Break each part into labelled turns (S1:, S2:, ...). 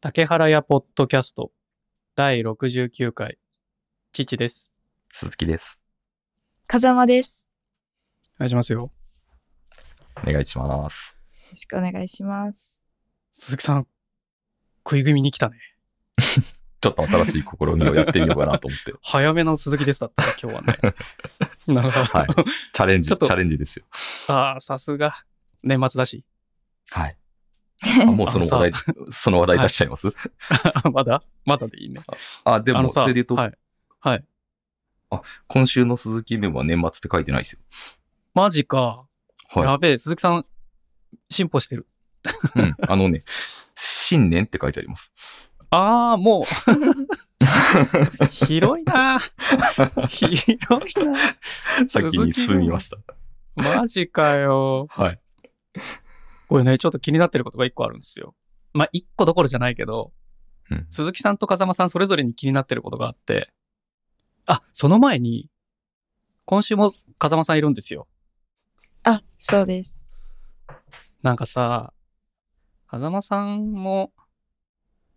S1: 竹原屋ポッドキャスト第69回父です。
S2: 鈴木です。
S3: 風間です。
S1: お願いしますよ。
S2: お願いします。
S3: よろしくお願いします。
S1: 鈴木さん、食い組みに来たね。
S2: ちょっと新しい試みをやってみようかな と思って。
S1: 早めの鈴木ですだったね 今日はね。なんか、
S2: はい。チャレンジ、
S1: ち
S2: チ
S1: ょっと
S2: ャレンジですよ。
S1: ああ、さすが。年末だし。
S2: はい。あもうその話題、その話題出しちゃいます、
S1: まだまだでいいね。
S2: あ、で
S1: あ
S2: も、
S1: の
S2: そ
S1: さ、
S2: れで言うと、
S1: はい。はい。
S2: 今週の鈴木メモは年末って書いてないですよ。
S1: マジか。
S2: は
S1: やべえ、鈴木さん、進歩してる。
S2: い。うん。あのね、新年って書いてあ ります。
S1: ああ、も う。広いな。広いな。
S2: 先に進みました。
S1: マジかよ。
S2: はい。
S1: これね、ちょっと気になってることが一個あるんですよ。まあ、一個どころじゃないけど、
S2: うん
S1: 鈴木さんと風間さんそれぞれに気になってることがあって、あ、その前に、今週も風間さんいるんですよ。
S3: あ、そうです。
S1: なんかさ、風間さんも、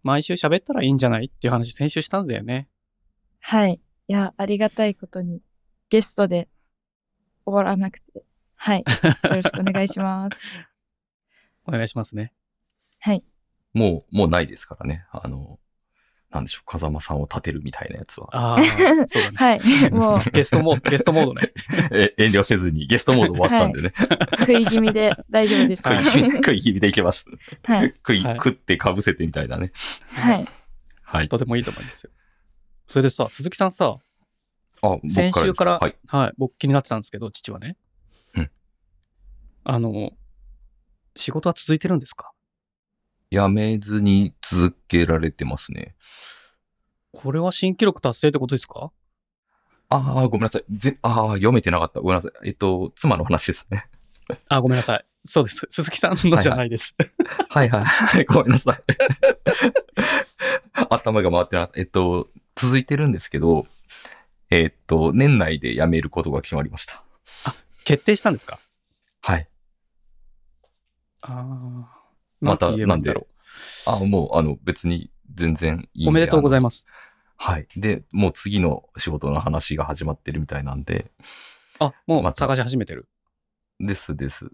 S1: 毎週喋ったらいいんじゃないっていう話先週したんだよね。
S3: はい。いや、ありがたいことに、ゲストで終わらなくて。はい。よろしくお願い します。
S1: お願いしますね。
S3: はい。
S2: もう、もうないですからね。あの、なんでしょう、風間さんを立てるみたいなやつは。
S1: ああ、 そうだね。
S3: はい。もう、
S1: ゲストモード、ゲストモードね。
S2: え 遠慮せずにゲストモード終わったんでね。
S3: 食い気味で大丈夫です。
S1: はい
S2: 食い気味、食い気味でいけます。
S3: はい。
S2: 食い、
S1: はい
S2: 食ってかぶせてみたいなね。
S3: はい。
S2: はい。
S1: とてもいいと思いますよ。それでさ、鈴木さんさ、
S2: あ、
S1: 先週から
S2: 僕ですはい。
S1: はい、僕気になってたんですけど、父はね。
S2: うん
S1: あの、仕事は続いてるんですか
S2: やめずに続けられてますね。
S1: これは新記録達成ってことですか
S2: ああ、ごめんなさい。ぜああ、読めてなかった。ごめんなさい。えっと、妻の話です ね。
S1: あ、ごめんなさい。そうです。鈴木さんのじゃないです。
S2: はいはい。 ごめんなさい。頭が回ってなかった。えっと、続いてるんですけど、えっと、年内で辞めることが決まりました。
S1: 決定したんですか
S2: はい。
S1: ああ。
S2: また、
S1: なんて言えば
S2: ない
S1: い
S2: ん
S1: んだ
S2: で
S1: ろ、
S2: あもう、あの、別に全然いいん
S1: う。おめでとうござい
S2: ま
S1: ます。
S2: す。はい。で、もう次の仕事の話が始まってるみたいなんで、
S1: あ、も
S2: ま
S1: う
S2: た
S1: 探し始めてる。
S2: ですです。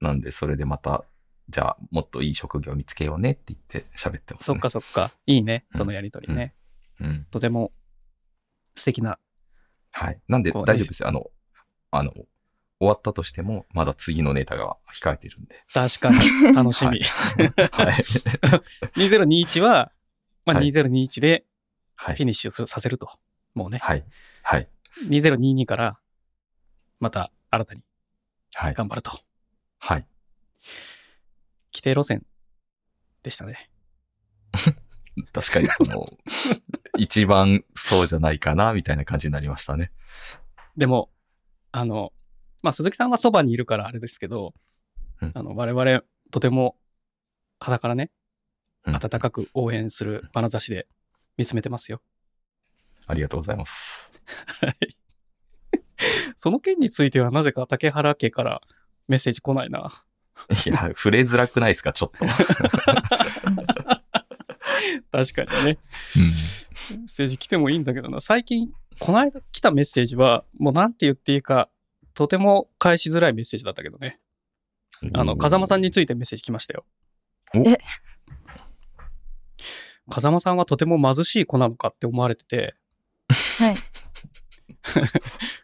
S2: なんで、それでまた、じゃあ、もっといい職業見つけようねって言って喋ってます、
S1: そ
S2: ね。
S1: っかそっか。いいね。そのやりとりね。
S2: うん。
S1: とても素敵な。
S2: はい。なんで、
S1: こう
S2: 大丈夫ですよ。あの、あの、終わったとしても、まだ次のネタが控えてるんで。
S1: 確か に。楽しみ。
S2: はいはい。
S1: 2021は、まあ、
S2: はい
S1: 2021で
S2: は
S1: フィ
S2: い。
S1: ニッシュするさせると。もうね。
S2: はい。はい。
S1: 2022から、また新たに
S2: はい。
S1: 頑張ると。
S2: はい。
S1: 規定路線でしたね。
S2: 確かに、その、一番そうじゃないかな、みたいな感じになりましたね。
S1: でも、あの、まあ、鈴木さんはそばにいるからあれですけど、
S2: うん
S1: あの、我々、とても、肌からね、
S2: うん
S1: 温かく応援する眼差しで見つめてますよ。
S2: ありがとうございます。
S1: その件については、なぜか竹原家からメッセージ来ないな。
S2: いや、触れづらくないですか、ちょ っと。
S1: 確かにね。
S2: う
S1: メッセージ来てもいいんだけどな。最近、この間来たメッセージは、もうなんて言っていいか、とても返しづらいメッセージだったけどね。
S2: ん
S1: あの、風間さんについてメッセージ来ましたよ。
S2: お
S3: え
S1: 風間さんはとても貧しい子なのかって思われてて、
S3: はい。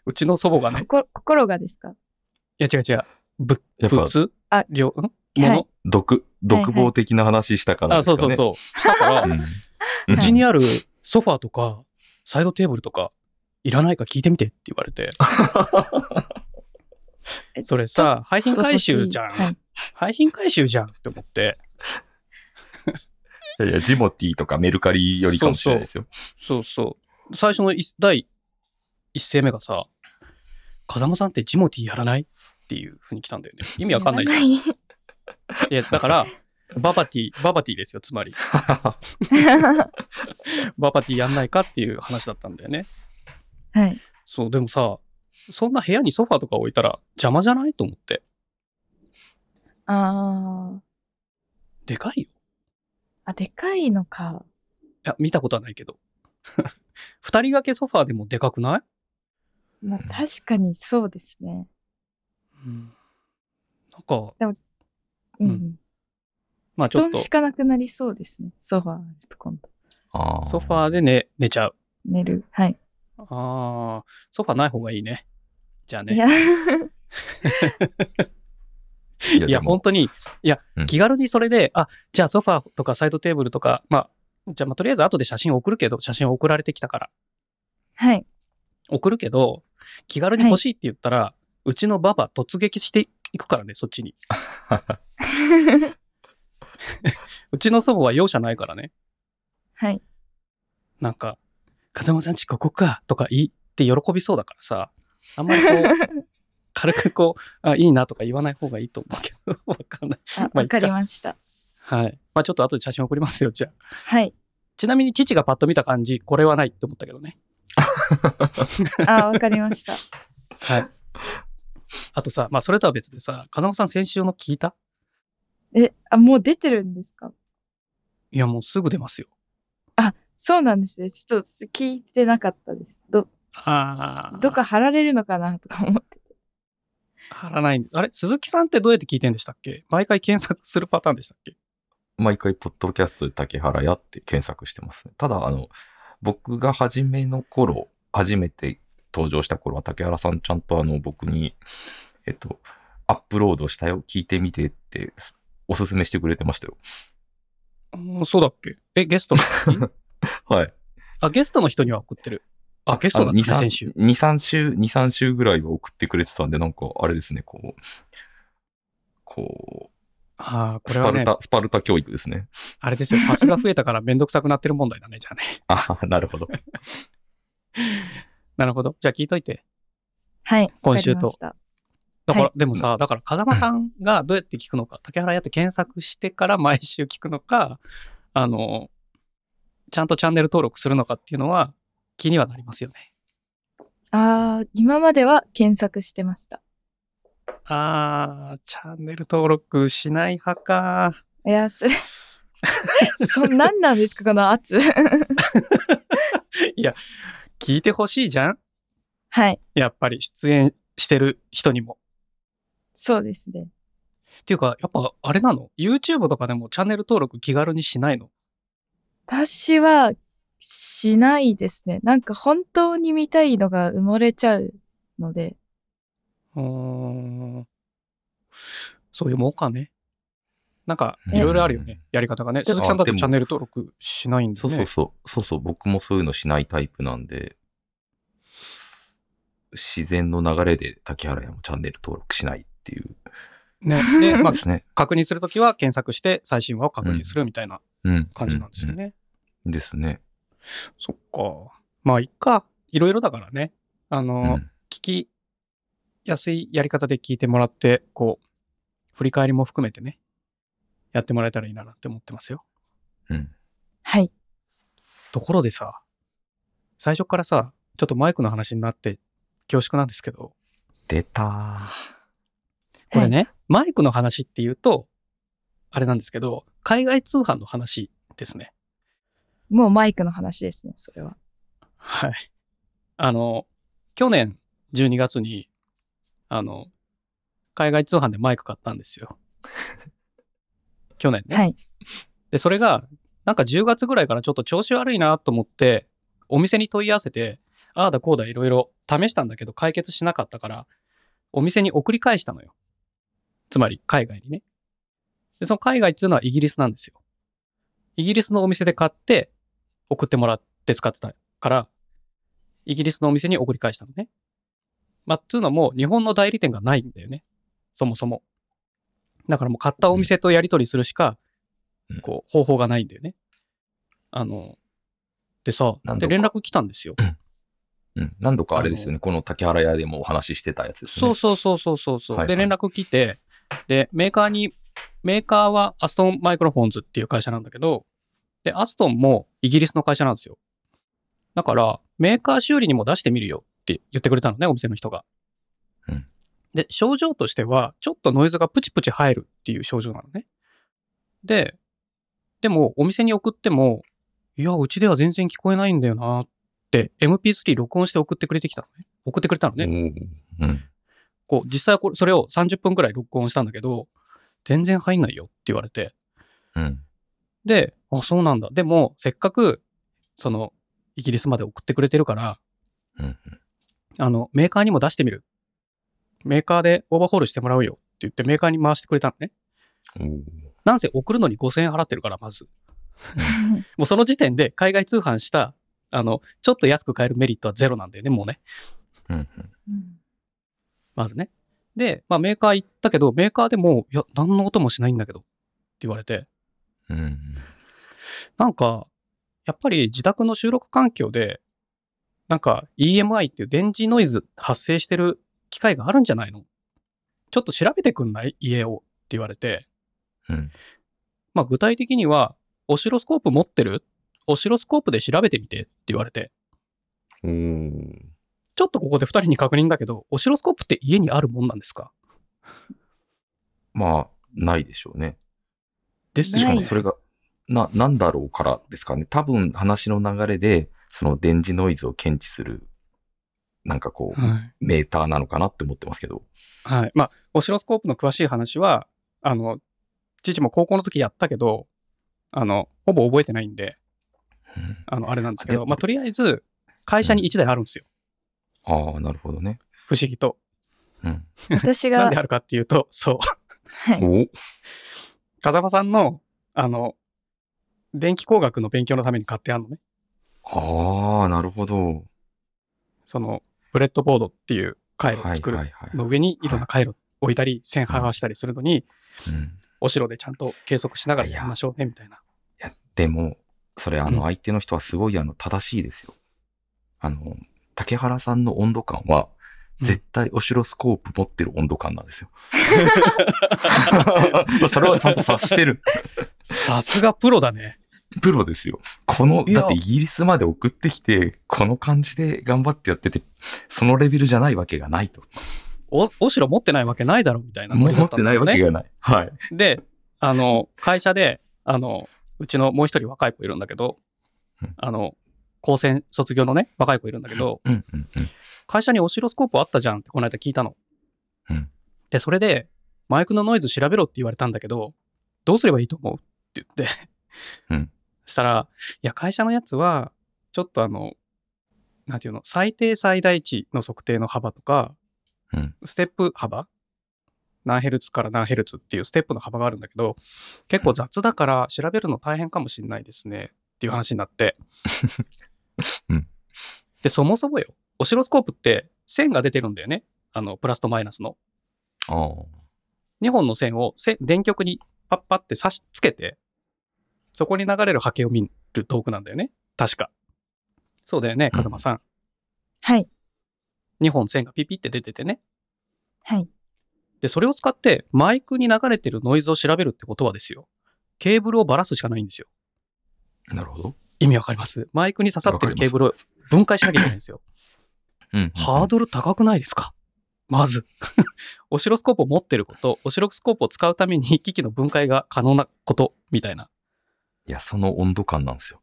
S1: うちの祖母がね、
S3: 心心がですか
S1: いや違う違う、ぶ、
S2: やっぱ
S1: 物
S3: あ
S1: 量んも
S3: は
S1: の
S3: い。
S2: 独、独房的な話したから
S1: あ、
S2: ですか
S1: そう
S2: ね。
S1: そうそう。したから、
S2: うん。
S1: うちに
S2: は
S1: あるソファーとか、サイドテーブルとか、いらないか聞いてみてって言われて
S3: え
S1: それさ、廃品回収じゃん。
S3: はい。
S1: 廃品回収じゃんって思って。
S2: いやいや、ジモティーとかメルカリよりかもしれないですよ。
S1: そうそう。最初の一第一声目がさ、風間さんってジモティーやらないっていうふうに来たんだよね。意味わかんないじゃ ん。い
S3: い
S1: や、だから、ババティー、ババティーですよ、つまり。 ババティーやんないかっていう話だったんだよね。
S3: はい。
S1: そう、でもさ、そんな部屋にソファーとか置いたら邪魔じゃないと思って。
S3: あ
S1: でかいよ。
S3: ー。あ、でかいのか。
S1: や、見たことはないけど。 二人掛けソファーでもでかくない、
S3: まあ、確かにそうですね。
S1: なんか、
S3: うん。
S1: うんまあ
S3: 布
S1: ちょっ
S3: 団
S1: と、
S3: 敷かなくなりそうですね。ソファーあると今度。
S2: ああ。
S1: ソファーで寝、寝ちゃう。
S3: 寝る。はい。
S1: ああ、ソファーない方がいいね。じゃあ
S3: い
S1: ね。
S3: や、
S2: いや
S1: いや、
S2: でも
S1: 本当に、いや
S2: うん、
S1: 気軽にそれで、あ、じゃあソファーとかサイドテーブルとか、まあ、じゃあ、まあ、とりあえず後で写真送るけど、写真送られてきたから、
S3: はい。
S1: 送るけど、気軽に欲しいって言ったら、うちのババ突撃していくからね、そっ ちに。うちの祖母は容赦ないからね。
S3: はい。
S1: なんか、風間さんちここかとか言って喜びそうだからさ、あんまりこ う、軽くこう、あ、いいなとか言わない方がいいと思うけど、わかんない。
S3: あ
S1: まあ
S3: わかりました。
S1: はい。まあちょっと後で写真送りますよ、じゃあ。
S3: はい。
S1: ちなみに父がパッと見た感じ、これはないって思ったけどね。
S3: あ、わかりました。
S1: はい。あとさ、まあそれとは別でさ、風間さん先週の聞いた
S3: え、あ、もう出てるんですか
S1: いや、もうすぐ出ますよ。
S3: そうなんですね。ちょっと聞いてなかったです。ど、
S1: あ
S3: どっか貼られるのかなとか思って。
S1: 貼らないんです。あれ鈴木さんってどうやって聞いてんでしたっけ毎回検索するパターンでしたっけ
S2: 毎回、ポッドキャストで竹原屋って検索してますね。ただ、あの、僕が初めの頃、初めて登場した頃は、竹原さんちゃんとあの、僕に、えっと、アップロードしたよ、聞いてみてって、おすすめしてくれてましたよ。
S1: うんそうだっけえ、ゲス トの時
S2: はい。
S1: あ、ゲストの人には送ってる。あ、ゲストだった、
S2: 2、
S1: ね、
S2: 3
S1: 先週
S2: 週。。2、3週、2、3週ぐらいは送ってくれてたんで、なんか、あれですね、こう、こ
S1: ああ、こ
S2: う、
S1: れ
S2: スパ
S1: は
S2: ル
S1: ね
S2: タ、、スパルタ教育ですね。
S1: あれですよ、パスが増えたからめんどくさくなってる問題だね、じゃあね。
S2: ああ、なるほど。
S1: なるほど。じゃあ聞いといて。
S3: はい。
S1: 今週と
S3: わかりました
S1: だから、
S3: は
S1: でもさ、だから、風間さんがどうやって聞くの か、竹原やって検索してから毎週聞くのか、あの、ちゃんとチャンネル登録するのかっていうのは気にはなりますよね。
S3: あー今までは検索してました。
S1: あー、チャンネル登録しない派か。
S3: い や、それ、そ、なんなんですか、この圧。
S1: 聞いてほしいじゃん
S3: はい。
S1: やっぱり出演してる人にも。
S3: そうですね。
S1: っていうか、やっぱあれなの ?YouTube とかでもチャンネル登録気軽にしないの
S3: 私はしないですね。なんか本当に見たいのが埋もれちゃうので。
S1: うーん。そう読もうかね。なんか、
S2: うん
S1: いろいろあるよね、やり方がね。鈴木さんだって
S2: でも
S1: チャンネル登録しないんで
S2: そ
S1: す
S2: う
S1: ね。
S2: そうそう、そうそう、僕もそういうのしないタイプなんで、自然の流れで竹原屋もチャンネル登録しないっていう。
S1: ね。で、まあ
S2: で、すね。
S1: 確認するときは検索して最新話を確認するみたいな
S2: うん。
S1: 感じなんですよ
S2: う
S1: ね。
S2: んうんですね。
S1: そっか。まあ、いっか。いろいろだからね。あ
S2: う
S1: の、
S2: ん。
S1: 聞きやすいやり方で聞いてもらって、こう、振り返りも含めてね、やってもらえたらいいなって思ってますよ。
S2: うん。
S3: はい。
S1: ところでさ、最初からさ、ちょっとマイクの話になって恐縮なんですけど、
S2: 出たー。
S1: これね、マイクの話っていうと、あれなんですけど、海外通販の話ですね。
S3: もうマイクの話ですね、それは。
S1: はい。あの、去年12月に、あの、海外通販でマイク買ったんですよ。去年ね。
S3: はい。
S1: で、それが、なんか10月ぐらいからちょっと調子悪いなと思って、お店に問い合わせて、ああだこうだいろいろ試したんだけど解決しなかったから、お店に送り返したのよ。つまり、海外にね。で、その海外っていうのはイギリスなんですよ。イギリスのお店で買って、送ってもらって使ってたから、イギリスのお店に送り返したのね。まあ、っていうのも、日本の代理店がないんだよね。そもそも。だからもう買ったお店とやり取りするしか
S2: うん、
S1: こう、方法がないんだよね。あの、でさ
S2: な、ん
S1: で
S2: とか
S1: 連絡来たんですよ。
S2: うん。何度かあれですよね。この竹原屋でもお話ししてたやつですね。
S1: そうそうそうそうそうそう、
S2: はい
S1: で
S2: はい
S1: 連絡来てでメーカーにメーカーはアストンマイクロフォンズっていう会社なんだけどでアストンもイギリスの会社なんですよだからメーカー修理にも出してみるよって言ってくれたのねお店の人が、
S2: うん
S1: で症状としてはちょっとノイズがプチプチ入るっていう症状なのねででも、お店に送っても、いや、うちでは全然聞こえないんだよなって、MP3 録音して送ってくれてきたのね。送ってくれたのね。
S2: おーうん。
S1: こう、実際はこれ、それを30分くらい録音したんだけど、全然入んないよって言われて。
S2: うん。
S1: で、あ、そうなんだ。でも、せっかく、その、イギリスまで送ってくれてるから、
S2: うん
S1: あの、メーカーにも出してみる。メーカーでオーバーホールしてもらうよって言ってメーカーに回してくれたのね。
S2: うん。おー
S1: なんせ送るのに5000円払ってるから、まず。
S3: うん
S1: もうその時点で海外通販した、あの、ちょっと安く買えるメリットはゼロなんだよね、もうね。
S2: うん。
S3: うん
S1: まずね。で、まあメーカー行ったけど、メーカーでも、いや、何の音もしないんだけど、って言われて。
S2: うん。
S1: なんか、やっぱり自宅の収録環境で、なんか EMI っていう電磁ノイズ発生してる機械があるんじゃないのちょっと調べてくんない家をって言われて、
S2: うん
S1: まあ具体的には、オシロスコープ持ってるオシロスコープで調べてみてって言われて、
S2: おー
S1: ちょっとここで2人に確認だけど、オシロスコープって家にあるもんなんですか
S2: まあ、ないでしょうね。
S1: です
S2: し
S1: よ
S2: か
S3: ない
S2: も
S1: ね。
S2: それが、な、なんだろうからですかね。多分話の流れで、その電磁ノイズを検知する、なんかこう、
S1: はい。
S2: メーターなのかなって思ってますけど。
S1: はい。まあ、オシロスコープの詳しい話は、あの、父も高校の時やったけど、あの、ほぼ覚えてないんで、
S2: うん
S1: あの、あれなんですけ
S2: で
S1: ど、まあ、とりあえず、会社に1台あるんですよ。
S2: ああ、なるほどね。
S1: 不思議と。
S2: うん。
S3: 私
S1: なん
S3: が
S1: で、あるかっていうと、 そう。
S3: はい
S2: お
S1: 風間さんの、あの、電気工学の勉強のために買ってあるのね。
S2: ああ、なるほど。
S1: その、ブレッドボードっていう回
S2: はい
S1: 路を
S2: はい
S1: 作
S2: は
S1: る
S2: い。
S1: の上にいろんな回路置いたり、線剥がしたりするのに、
S2: うん、い
S1: お城でちゃんと計測しながらやりましょうね、みたいな。
S2: や、でも、それあ
S1: うん
S2: の相手の人はすごいあの正しいですよ。あの、竹原さんの温度感は、
S1: うん
S2: 絶対オシロスコープ持ってる温度感なんですよ。 それはちゃんと察してる。
S1: さすがプロだね。
S2: プロですよ。この、
S1: いや
S2: だってイギリスまで送ってきて、この感じで頑張ってやってて、そのレベルじゃないわけがないと。
S1: お、お城持ってないわけないだろ、みたいな、
S2: 持ってないわけ
S1: ね。
S2: がない。はい。
S1: で、あの、会社で、あの、うちのもう一人若い子いるんだけど
S2: うん、
S1: あの、高専卒業のね、若い子いるんだけど、
S2: うんうんうん。
S1: 会社にオシロスコープあったじゃんってこの間聞いたの。
S2: うん
S1: で、それで、マイクのノイズ調べろって言われたんだけど、どうすればいいと思うって言って、
S2: うん
S1: したら、いや、会社のやつは、ちょっとあの、なんていうの、最低最大値の測定の幅とか、
S2: うん
S1: ステップ幅何ヘルツから何ヘルツっていうステップの幅があるんだけど、結構雑だから調べるの大変かもしれないですねっていう話になって。
S2: うん
S1: で、そもそもよ、オシロスコープって線が出てるんだよね。あの、プラスとマイナスの。
S2: ああ。
S1: 2本の線をせ電極にパッパって差し付けて、そこに流れる波形を見る道具なんだよね。確か。そうだよね、風間さん。
S3: はい、
S1: 2本線がピピって出ててね。
S3: はい。
S1: で、それを使ってマイクに流れてるノイズを調べるってことはですよ。ケーブルをばらすしかないんですよ。
S2: なるほど。
S1: 意味わかりますマイクに刺さってるケーブルを分解しなきゃいけないんですよ。
S2: うんうんうん。
S1: ハードル高くないですかまず。 オシロスコープを持ってること、オシロスコープを使うために機器の分解が可能なこと、みたいな。
S2: いや、その温度感なんですよ。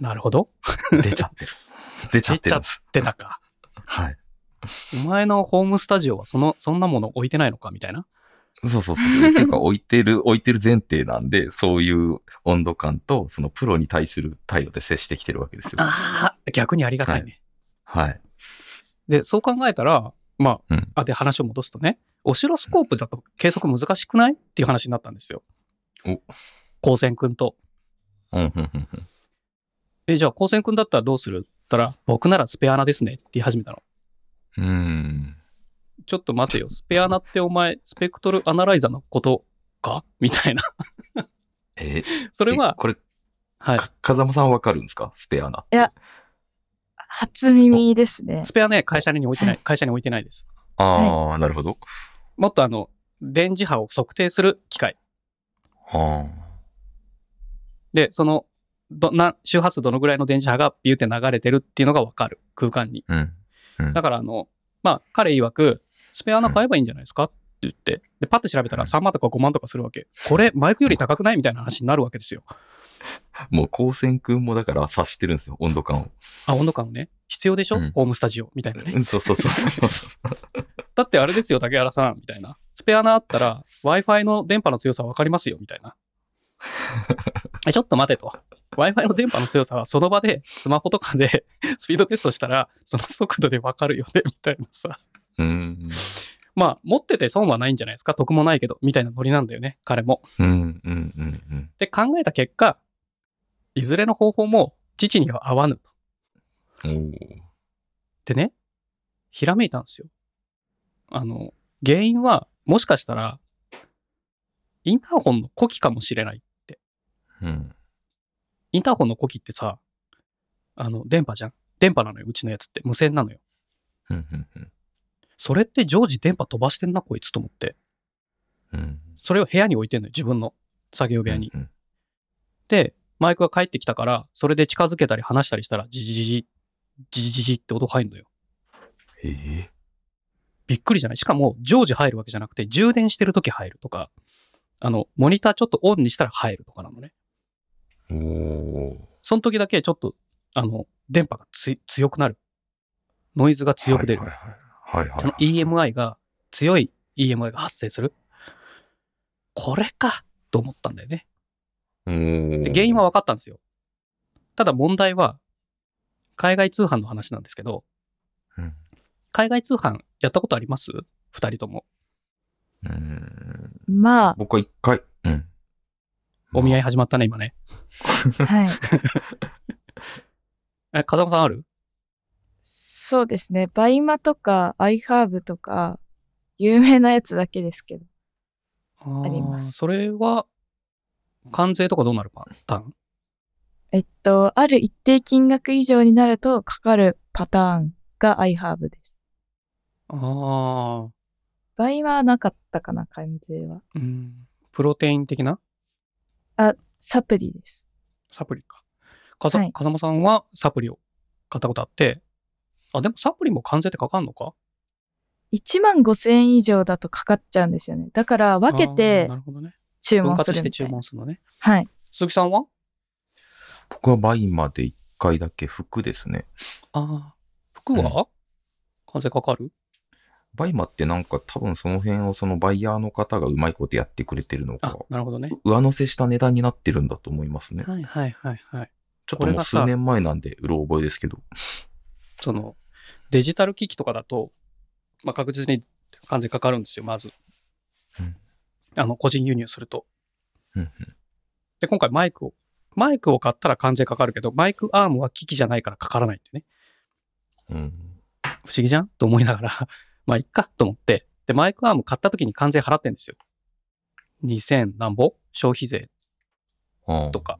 S1: なるほど。
S2: 出ちゃってる。出ちゃってるんです。
S1: 出たか。
S2: はい。
S1: お前のホームスタジオはその、そんなもの置いてないのかみたいな。
S2: そうそうそうそう。っていうか、置いてる、 置いてる前提なんで、そういう温度感と、そのプロに対する態度で接してきてるわけですよ。
S1: ああ、逆にありがたいね。
S2: はい。
S1: で、そう考えたら、まあ、
S2: うん
S1: あ、で、話を戻すとね、オシロスコープだと計測難しくないっていう話になったんですよ。
S2: お
S1: 高専くんと。
S2: うん、うん、うんうん。
S1: え、じゃあ、高専くんだったらどうするって言ったら、僕ならスペアナですねって言い始めたの。
S2: うーん。
S1: ちょっと待てよ、スペアナってお前、スペクトルアナライザのことかみたいな。
S2: え、
S1: それ
S2: え
S1: は、
S2: これ、
S1: はい。
S2: か風間さんわかるんですかスペアな。
S3: いや。初耳ですね。
S1: スペアね、会社に置いてない、会社に置いてないです。
S2: ああ、なるほど。
S1: もっとあの、電磁波を測定する機械。
S2: は
S1: で、その、ど、な、周波数どのぐらいの電磁波がビューって流れてるっていうのがわかる、空間に。
S2: あ。うん。
S1: だからあの、まあ、彼曰く、スペアナ買えばいいんじゃないですかって言って、でパッと調べたら
S2: はい
S1: 3万とか5万とかするわけ。これ、マイクより高くないみたいな話になるわけですよ。
S2: もう光線くんもだから察してるんですよ、温度感を。
S1: あ、温度感をね、必要でしょ、
S2: うん
S1: ホームスタジオみたいなね。
S2: そうそうそうそうそう。
S1: だってあれですよ、竹原さん、みたいな。スペアナあったら、Wi-Fi の電波の強さ分かりますよ、みたいな。えちょっと待てと。Wi-Fi の電波の強さは、その場で、スマホとかで、スピードテストしたら、その速度で分かるよね、みたいなさ。
S2: うん。
S1: まあ、持ってて損はないんじゃないですか。得もないけど、みたいなノリなんだよね、彼も。
S2: うんうんうんうん。
S1: で、考えた結果、いずれの方法も、父には合わぬと。
S2: おー
S1: でね、ひらめいたんですよ。あの、原因は、もしかしたら、インターホンの呼気かもしれない。
S2: うん。
S1: インターホンの呼気ってさ、あの、電波じゃん電波なのよ、うちのやつって。無線なのよ。
S2: うんうんうん
S1: それって常時電波飛ばしてんな、こいつと思って。
S2: うん。
S1: それを部屋に置いてんのよ、自分の作業部屋に。
S2: うん
S1: で、マイクが帰ってきたから、それで近づけたり離したりしたら、ジジジジ、ジジジジって音入るのよ。
S2: ええ
S1: びっくりじゃないしかも、常時入るわけじゃなくて、充電してる時入るとか、あの、モニターちょっとオンにしたら入るとかなのね。
S2: おー
S1: その時だけちょっと、あの、電波がつ強くなる。ノイズが強く出る
S2: は。いはいはい。はいはい
S1: その EMI が、強い EMI が発生する。これかと思ったんだよね。で、原因は分かったんですよ。ただ問題は、海外通販の話なんですけど、
S2: うん
S1: 海外通販やったことあります二人とも。
S2: うん
S3: まあ、
S2: 僕は一回、うん。
S1: お見合い
S2: い。
S1: 始まったね、今ね。
S3: はい。
S1: え、風間さんある
S3: そうですね。バイマとか、アイハーブとか、有名なやつだけですけど。
S1: あ
S3: ります
S1: ーそれは、関税とかどうなるパターン
S3: えっと、ある一定金額以上になるとかかるパターンがアイハーブです。
S1: ああ、
S3: バイマはなかったかな、感じは。
S1: うん。プロテイン的な
S3: サプリです。
S1: サプリか。かざ、
S3: はい
S1: 風間さんはサプリを買ったことあって、あ、でもサプリも関税ってかかんのか
S3: 1万5千以上だとかかっちゃうんですよね。だから分け
S1: あー
S3: て
S1: なるほどね。
S3: 注
S1: 分
S3: 文
S1: 割
S3: する
S1: して
S3: みた
S1: 注
S3: いな。
S1: 文するのね。
S3: はい。
S1: 鈴木さんは
S2: 僕はバインまで一回だけ服ですね。
S1: ああ。服は、関税かかる
S2: バイマってなんか多分その辺をそのバイヤーの方がうまいことやってくれてるの
S1: あ
S2: か、、
S1: なるほどね。
S2: 上乗せした値段になってるんだと思いますね。
S1: はいはいはいはい。
S2: ちょっ
S1: ことれ
S2: も
S1: が
S2: う
S1: さ
S2: 数年前なんで、うろ覚えですけど。
S1: その、デジタル機器とかだと、まあ、確実に関税かかるんですよ、まず。
S2: うん
S1: あの、個人輸入すると。
S2: うん
S1: で、今回マイクを、マイクを買ったら関税かかるけど、マイクアームは機器じゃないからかからないってね。
S2: うん。
S1: 不思議じゃんと思いながら、 まあ、いっかと思って。で、マイクアーム買った時に関税払ってんですよ。2000何ぼ消費税
S2: ああ
S1: とか、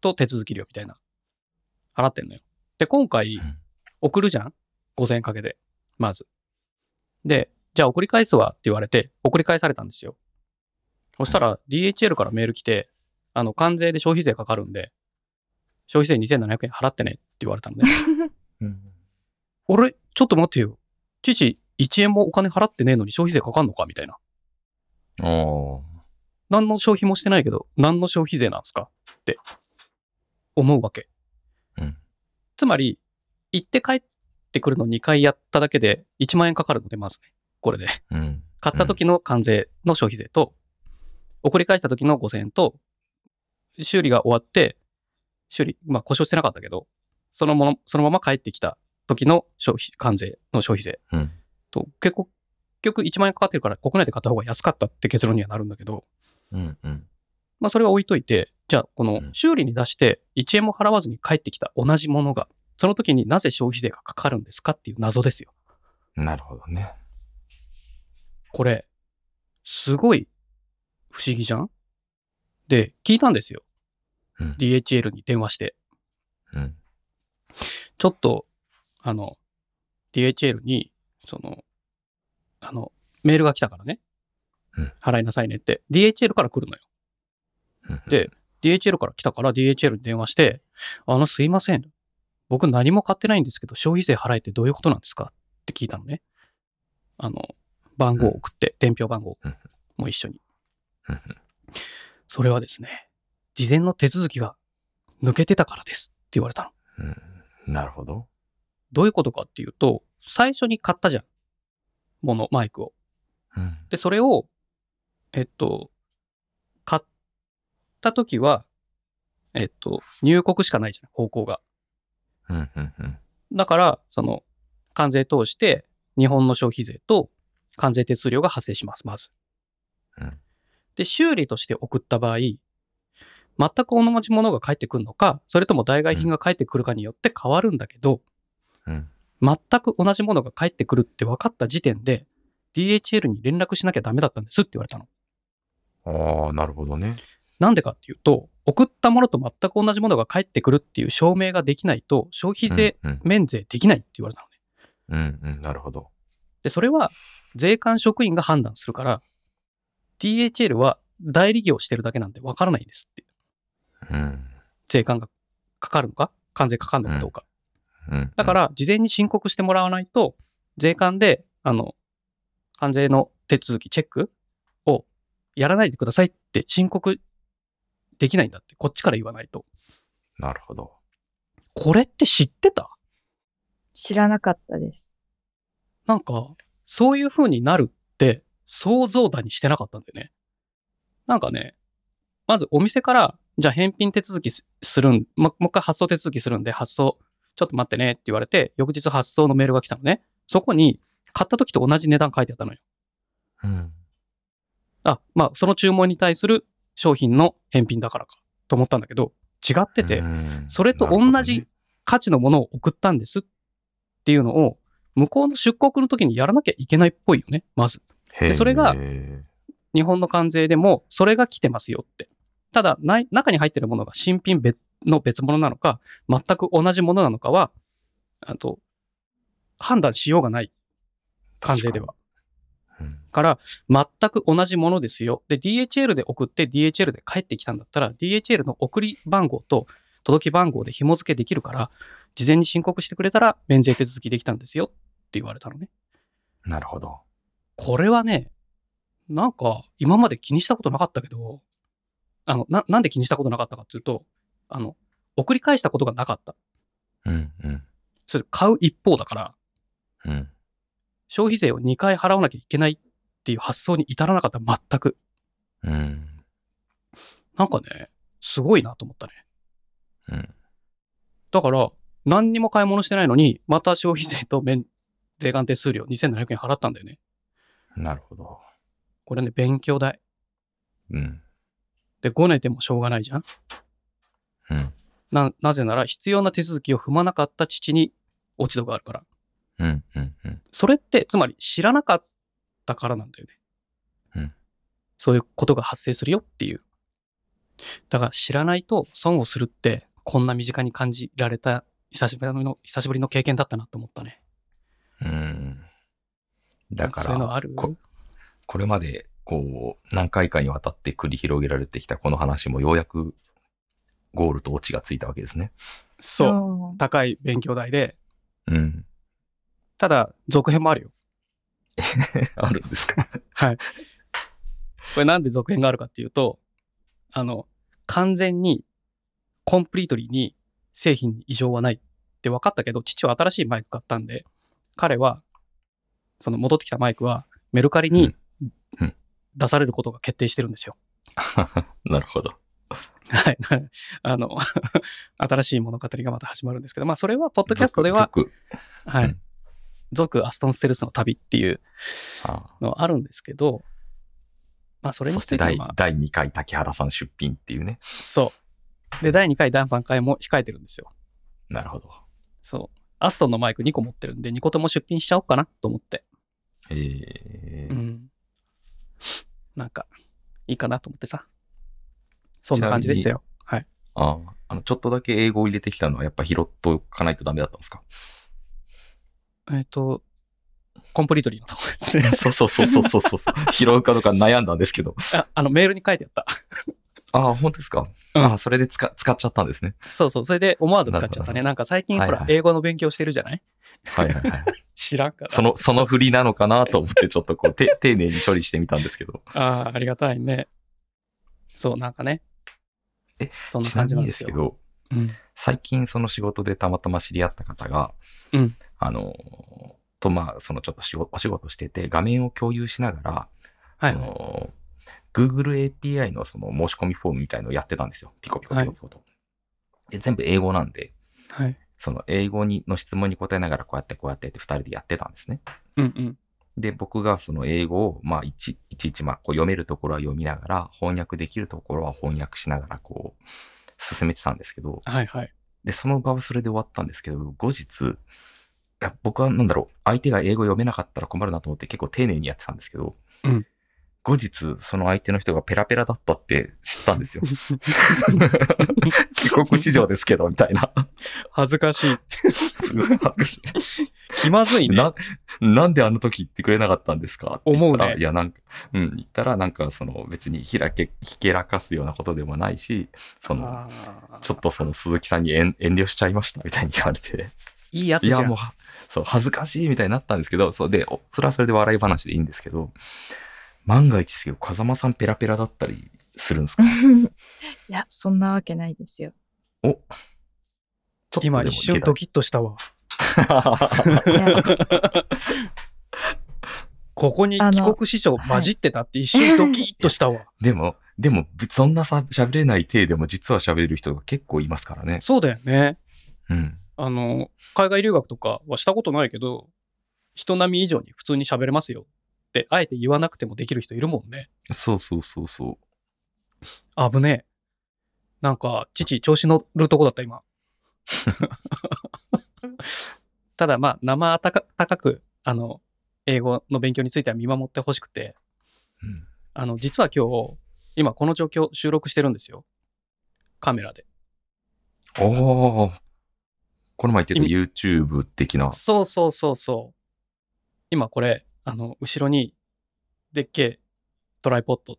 S1: と手続き料みたいな。払ってんのよ。で、今回
S2: うん、
S1: 送るじゃん ?5000 円かけて、まず。で、じゃあ送り返すわって言われて、送り返されたんですよ。そしたら、DHL からメール来て、あの、関税で消費税かかるんで、消費税2700円払ってねって言われた ので、
S2: うん
S1: 俺、ちょっと待ってよ。父、1円もお金払ってねえのに消費税かかんのかみたいな。
S2: ああ。
S1: 何の消費もしてないけど、何の消費税なんですかって思うわけ。
S2: うん
S1: つまり、行って帰ってくるの2回やっただけで1万円かかるので、まずね。これで。
S2: うん。
S1: 買った時の関税の消費税と、送り返した時の5000円と、修理が終わって、修理、まあ故障してなかったけど、そのもの、そのまま帰ってきた時の消費、関税の消費税
S2: うん。
S1: と、結構、結局1万円かかってるから国内で買った方が安かったって結論にはなるんだけど、
S2: うん。うん。
S1: まあそれは置いといて、じゃあこの
S2: うん
S1: 修理に出して1円も払わずに帰ってきた同じものが、その時になぜ消費税がかかるんですかっていう謎ですよ。
S2: なるほどね。
S1: これ、すごい不思議じゃんで、聞いたんですよ。
S2: うん
S1: DHL に電話して。
S2: うん。
S1: ちょっと、あの、DHL に、その、あの、メールが来たからね
S2: うん。
S1: 払いなさいねって。DHL から来るのよ。
S2: うん
S1: で、DHL から来たから DHL に電話して、あの、すいません。僕何も買ってないんですけど、消費税払えってどういうことなんですかって聞いたのね。あの、番号を送って、伝票番号
S2: うん
S1: も一緒に
S2: うん。
S1: それはですね、事前の手続きが抜けてたからですって言われたの。
S2: うん。なるほど。
S1: どういうことかっていうと、最初に買ったじゃん。もの、マイクを。
S2: うん。
S1: で、それを、えっと、買った時は、えっと、入国しかないじゃん、方向が。
S2: うん。うん。うん。
S1: だから、その、関税通して、日本の消費税と関税手数料が発生します、まず。
S2: うん
S1: で、修理として送った場合、全く同じものが返ってくるのか、それとも代替品が返ってくるかによって変わるんだけど、
S2: うん。
S1: 全く同じものが返ってくるって分かった時点で、DHL に連絡しなきゃダメだったんですって言われたの。
S2: ああ、なるほどね。
S1: なんでかっていうと、送ったものと全く同じものが返ってくるっていう証明ができないと、消費税
S2: うん。
S1: 免税できないって言われたのね。
S2: うん。うん。なるほど。
S1: で、それは税関職員が判断するから、DHL は代理業してるだけなんで分からないんですって。
S2: うん。
S1: 税関がかかるのか関税かかるのかどうか。
S2: うん。
S1: だから、事前に申告してもらわないと、税関で、あの、関税の手続き、チェックをやらないでくださいって申告できないんだって、こっちから言わないと。
S2: なるほど。
S1: これって知ってた
S3: 知らなかったです。
S1: なんか、そういう風になるって想像だにしてなかったんだよね。なんかね、まずお店から、じゃあ返品手続きすするん、ま、もう一回発送手続きするんで、発送、ちょっと待ってねって言われて、翌日発送のメールが来たのね。そこに、買った時と同じ値段書いてあったのよ。
S2: うん。
S1: あ、まあ、その注文に対する商品の返品だからかと思ったんだけど、違ってて、
S2: うん
S1: それと同じ。価値のものを送ったんですっていうのを、向こうの出国の時にやらなきゃいけないっぽいよね、まず。
S2: なるほどねへー
S1: それが日本の関税でも、それが来てますよって。ただ、ない中に入ってるものが新品別の別物なのか、全く同じものなのかは、あと、判断しようがない、関税では。
S2: うん
S1: から、全く同じものですよ。で、DHL で送って、DHL で帰ってきたんだったら、DHL の送り番号と届き番号で紐付けできるから、事前に申告してくれたら、免税手続きできたんですよって言われたのね。
S2: なるほど。
S1: これはね、なんか、今まで気にしたことなかったけど、あの、な、なんで気にしたことなかったかっていうと、あの、送り返したことがなかった。
S2: うん。うん。
S1: それ、買う一方だから、
S2: うん。
S1: 消費税を2回払わなきゃいけないっていう発想に至らなかった、全く。
S2: うん。
S1: なんかね、すごいなと思ったね。
S2: うん。
S1: だから、何にも買い物してないのに、また消費税と免税関手数料2700円払ったんだよね。
S2: なるほど。
S1: これね、勉強代。
S2: うん。
S1: で、ごねてもしょうがないじゃん。
S2: うん。
S1: な、なぜなら必要な手続きを踏まなかった父に落ち度があるから。
S2: うん。うん。うん。
S1: それって、つまり知らなかったからなんだよね。
S2: うん。
S1: そういうことが発生するよっていう。だから知らないと損をするって、こんな身近に感じられた久しぶりの、久しぶりの経験だったなと思ったね。
S2: うん。だか
S1: そういうの
S2: ら、
S1: ある
S2: ここれまで、こう、何回かにわたって繰り広げられてきたこの話もようやくゴールとオチがついたわけですね。
S1: そう。
S3: う。
S1: 高い勉強代で、
S2: うん。
S1: ただ、続編もあるよ。
S2: あるんですか。
S1: これなんで続編があるかっていうと、あの、完全に、コンプリートリーに製品に異常はないって分かったけど、父は新しいマイク買ったんで、彼は、その戻ってきたマイクはメルカリに
S2: うんうん
S1: 出されることが決定してるんですよ。
S2: なるほど。
S1: はい。 あの、新しい物語がまた始まるんですけど、まあそれは、ポッドキャストでは、
S2: 続々
S1: はい
S2: うん。
S1: 続アストン・ステルスの旅っていう
S2: ああ
S1: のあるんですけど、まあそれに
S2: そ
S1: つ
S2: し
S1: いて
S2: て
S1: は
S2: 第
S1: まあ
S2: 第2回竹原さん出品っていうね。
S1: そう。で、第2回、第3回も控えてるんですよ。
S2: なるほど。
S1: そう。アストンのマイク2個持ってるんで、2個とも出品しちゃおうかなと思って。
S2: えー
S1: うん。なんか、いいかなと思ってさ。そんな感じでしたよ。
S2: あああのちょっとだけ英語を入れてきたのはやっぱ拾っとかないとダメだったんですか。
S1: えっ、と、コンプリートリーのとこですね
S2: そうそうそうそうそう そう。拾うかどうか悩んだんですけど。
S1: ああの、メールに書いてあった。
S2: ああ、本当ですか、
S1: うん
S2: ああ、それで使使っちゃったんですね。
S1: そうそう。それで思わず使っちゃった
S2: なるほど
S1: ね。なんか最近、ほ
S2: はい
S1: ら、
S2: はい
S1: 英語の勉強してるじゃない
S2: はいはいはい。
S1: 知らんから。
S2: その、 その振りなのかなと思って、ちょっとこう、て丁寧に処理してみたんですけど。
S1: ああ、ありがたいね。そう、なんかね。
S2: え、
S1: そんな
S2: ちな
S1: 感
S2: み
S1: じなん
S2: に
S1: で
S2: ですす
S1: よ。
S2: けど、
S1: うん、
S2: 最近その仕事でたまたま知り合った方が、
S1: うん
S2: あの、とまあ、そのちょっと仕事お仕事してて、画面を共有しながら、
S1: はい
S2: そ
S1: はい。
S2: の Google API のその申し込みフォームみたいのをやってたんですよ。ピコピコピコピコと。で、全部英語なんで、
S1: はい。
S2: その英語にの質問に答えながらこうやってこうやってって2人でやってたんですね。
S1: うんうん。
S2: で、僕がその英語を、まあ、いちいちいち、まあ、こう読めるところは読みながら、翻訳できるところは翻訳しながら、こう、進めてたんですけど、
S1: はいはい。
S2: で、その場はそれで終わったんですけど、後日、いや僕はなんだろう、相手が英語読めなかったら困るなと思って結構丁寧にやってたんですけど、
S1: うん
S2: 後日、その相手の人がペラペラだったって知った んですよ。帰国子女ですけど、みたいな。
S1: 恥ずかしい。
S2: すごい恥ずかしい。
S1: 気まずいね。
S2: な、なんであの時言ってくれなかったんですかって言ったら
S1: 思うね
S2: いや、なんか、うん、言ったら、なんか、その、別にひらけ、ひけらかすようなことでもないし、その、
S1: あー
S2: ちょっとその鈴木さんに遠遠慮しちゃいましたみたいに言われて、
S1: いいやつ
S2: い
S1: じゃ
S2: や、
S1: ん。
S2: もう、はそう、恥ずかしいみたいになったんですけど、そうで、おそれはそれで笑い話でいいんですけど、万が一ですけど、風間さんペラペラだったりするんですか
S3: いや、そんなわけないですよ。
S2: ちょっとでも
S1: 今
S2: いけ
S1: 一瞬ドキッとしたわ。
S2: た
S3: いや
S1: ここに
S3: あの
S1: 帰国子女混じってたって一瞬ドキッとしたわ。
S2: でも、でも、そんなさ、喋れない体でも実は喋れる人が結構いますからね。
S1: そうだよね。
S2: うん。
S1: あの、海外留学とかはしたことないけど、人並み以上に普通に喋れますよって、あえて言わなくてもできる人いるもんね。
S2: そうそうそうそう。
S1: 危ねえ。なんか、父、調子乗るとこだった、 今。ただ、まあ、生温か高く、あの、英語の勉強については見守ってほしくて、
S2: うん
S1: あの、実は今日、今この状況収録してるんですよ。カメラで。
S2: おお。この前言
S1: 意
S2: ってた YouTube 的な。
S1: そうそうそうそう。今これ、あの、後ろに、でっけえトライポッド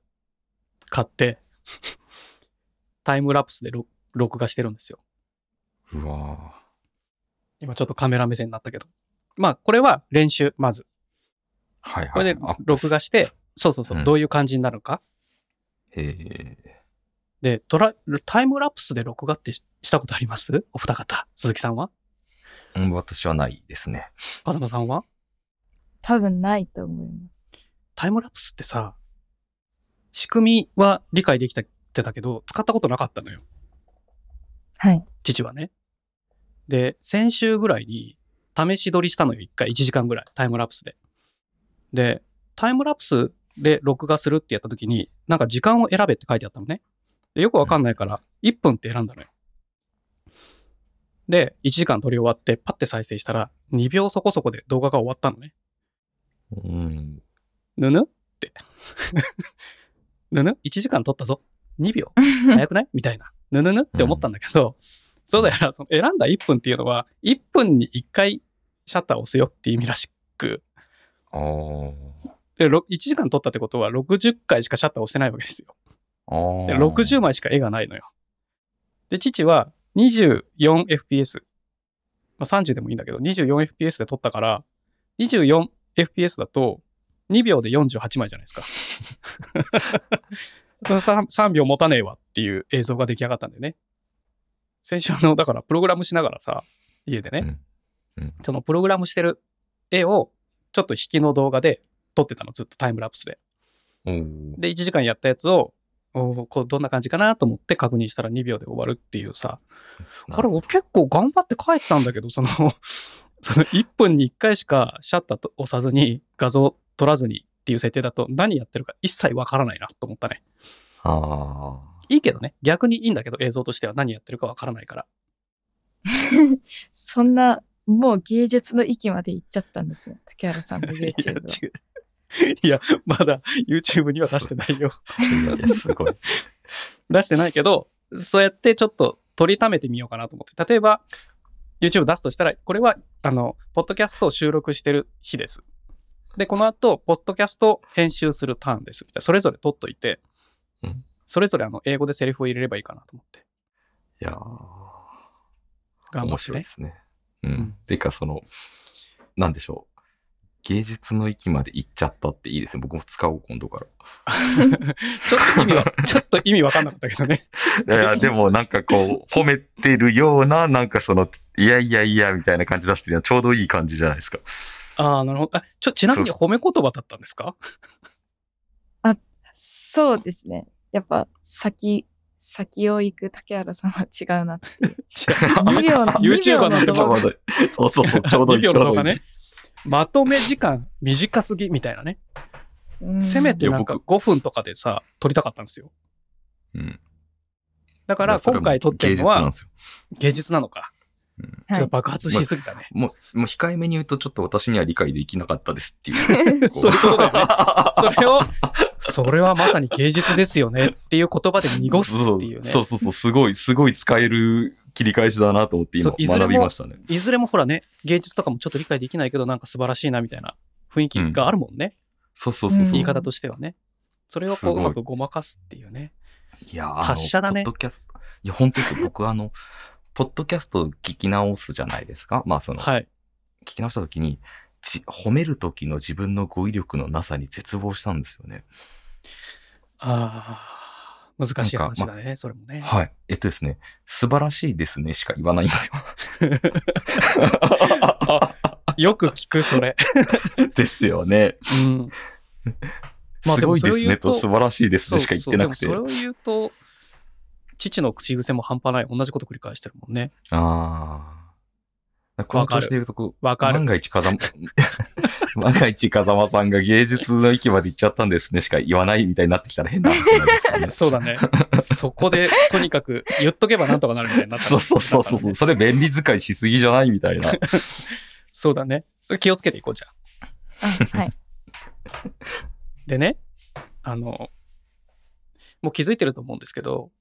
S1: 買って、 タイムラプスで録録画してるんですよ。
S2: うわ
S1: 今ちょっとカメラ目線になったけど。まあ、これは練習、まず。
S2: ーはいはい。
S1: これで
S2: アップ
S1: 録画して、そうそうそう、
S2: うん
S1: どういう感じになるか。
S2: へえ。
S1: で、トラ、タイムラプスで録画ってししたことありますお二方。鈴木さんは
S2: うん私はないですね。
S1: 風間さんは
S3: 多分ないと思います。
S1: タイムラプスってさ、仕組みは理解できたってたけど、使ったことなかったのよ。
S3: はい。
S1: 父はね。で、先週ぐらいに試し撮りしたのよ、一回、1時間ぐらい、タイムラプスで。で、タイムラプスで録画するってやった時に、なんか時間を選べって書いてあったのね。でよくわかんないから、1分って選んだのよ。で、1時間撮り終わって、パッて再生したら、2秒そこそこで動画が終わったのね。
S2: うん。
S1: ぬぬ って。ぬぬ ?1 時間撮ったぞ。2秒早くないみたいな。ぬぬぬって思ったんだけど、そうだよな、その選んだ1分っていうのは、1分に1回シャッターを押すよっていう意味らしく、
S2: あー
S1: で、ろ1時間撮ったってことは60回しかシャッターを押してないわけですよ。
S2: あー。
S1: で、60枚しか絵がないのよ。で、父は 24fps。まあ、30でもいいんだけど、24fps で撮ったから、24fps だと2秒で48枚じゃないですか。3, 秒持たねえわっていう映像が出来上がったんでね。先週あの、だからプログラムしながらさ、家でね、
S2: うん
S1: そのプログラムしてる絵をちょっと引きの動画で撮ってたの、ずっとタイムラプスで。
S2: おー
S1: で、1時間やったやつを、おーこうどんな感じかなと思って確認したら2秒で終わるっていうさ、これ、結構頑張って書いてたんだけど、その、 その1分に1回しかシャッターと押さずに画像取らずにっていう設定だと何やってるか一切わからないなと思ったね。
S2: あ
S1: いいけどね、逆にいいんだけど映像としては何やってるかわからないから。
S3: そんな、もう芸術の域まで行っちゃったんですよ。竹原さんの
S1: いや
S3: YouTube は。
S1: 違ういや、まだ YouTube には出してないよ。
S2: ーいやいやすごい。
S1: 出してないけど、そうやってちょっと取りためてみようかなと思って。例えば、YouTube 出すとしたら、これは、あの、ポッドキャストを収録してる日です。で、この後、ポッドキャストを編集するターンです。みたいな、それぞれ取っといて
S2: うん、
S1: それぞれあの英語でセリフを入れればいいかなと思って。
S2: いやー
S1: 頑張
S2: 面
S1: って
S2: 白い
S1: ね
S2: で。すね。うん。
S1: ん
S2: ていうか、その、なんでしょう。芸術の域まで行っちゃったっていいですね。僕も使おう、今度から。
S1: ちょっと意味は、 ちょっと意味わかんなかったけどね。
S2: いやいや、でもなんかこ う、褒めてるような、なんかその、いやいやいやみたいな感じ出してるのはちょうどいい感じじゃないですか。
S1: ああ、なるほど。あ、ちょ、ちなみに
S2: そう
S1: 褒め言葉だったんです か
S3: そうですね。やっぱ先、先を行く竹原さんは違 うな。2秒の、2
S1: YouTuber
S3: 秒
S1: なんで
S3: の
S2: ち
S3: 動
S2: ょう
S3: 画。
S2: どいい。そうそ うそう、ちょうどい
S1: 2
S2: い。
S1: 秒の動画
S2: ちょうどい
S1: ね
S2: い。。
S1: まとめ時間短すぎみたいなね。
S3: うん
S1: せめてなんか
S2: いや
S1: 5分とかでさ、撮りたかったんですよ。
S2: うん。
S1: だから今回撮ってるの
S2: 芸術なん
S1: は
S2: ですよ。
S1: 芸術なのか。
S2: うん
S1: ちょっ
S3: は
S1: と爆発しすぎたね。
S2: もう、もう控えめに言うと、ちょっと私には理解できなかったですっ ていう。
S1: そういうことだよね。 それを、それはまさに芸術ですよねっていう言葉で濁すっていうね
S2: そ。うそうそう、すごい、すごい使える切り返しだなと思って今
S1: そういずれも
S2: 学びましたね。
S1: いずれもほらね、芸術とかもちょっと理解できないけど、なんか素晴らしいなみたいな雰囲気があるもんね。
S2: そうそうそうそう。
S1: 言
S3: う
S1: い
S3: ん
S1: 方としてはね。それを
S2: す
S1: こ
S2: ご
S1: う
S2: いう
S1: まくごまかすっていうね。
S2: いやー、あの
S1: 達者だね
S2: ポッドキャスト、いや、本当ですよ。僕、あの、ポッドキャスト聞き直すじゃないですか。まあ、その、
S1: はい。
S2: 聞き直したときに、じ褒めるときの自分の語彙力のなさに絶望したんですよね。
S1: ああ、難しい話だね、それもね。
S2: はい。えっとですね、素晴らしいですねしか言わないんですよ。
S1: よく聞く、それ。
S2: ですよね。
S1: うん。まあ
S2: すごい
S1: でもそ
S2: です
S1: れを言
S2: ね
S1: うと
S2: と素晴らしいですねしか言ってなくて。
S1: そうそうでもそれを言うと、父の口癖も半端ない。同じこと繰り返してるもんね。
S2: ああ。この調子で言うとこう、
S1: わかる
S2: 万が一風間、 万が一風間さんが芸術の域まで行っちゃったんですねしか言わないみたいになってきたら変な話になりますよ ね。
S1: そうだね。そこで、とにかく言っとけばなんとかなるみ たいになった。
S2: そうそうそうそうそう。それ便利使いしすぎじゃないみたいな。
S1: そうだね。それ気をつけていこうじゃん。
S3: あはい。
S1: でね、あの、もう気づいてると思うんですけど、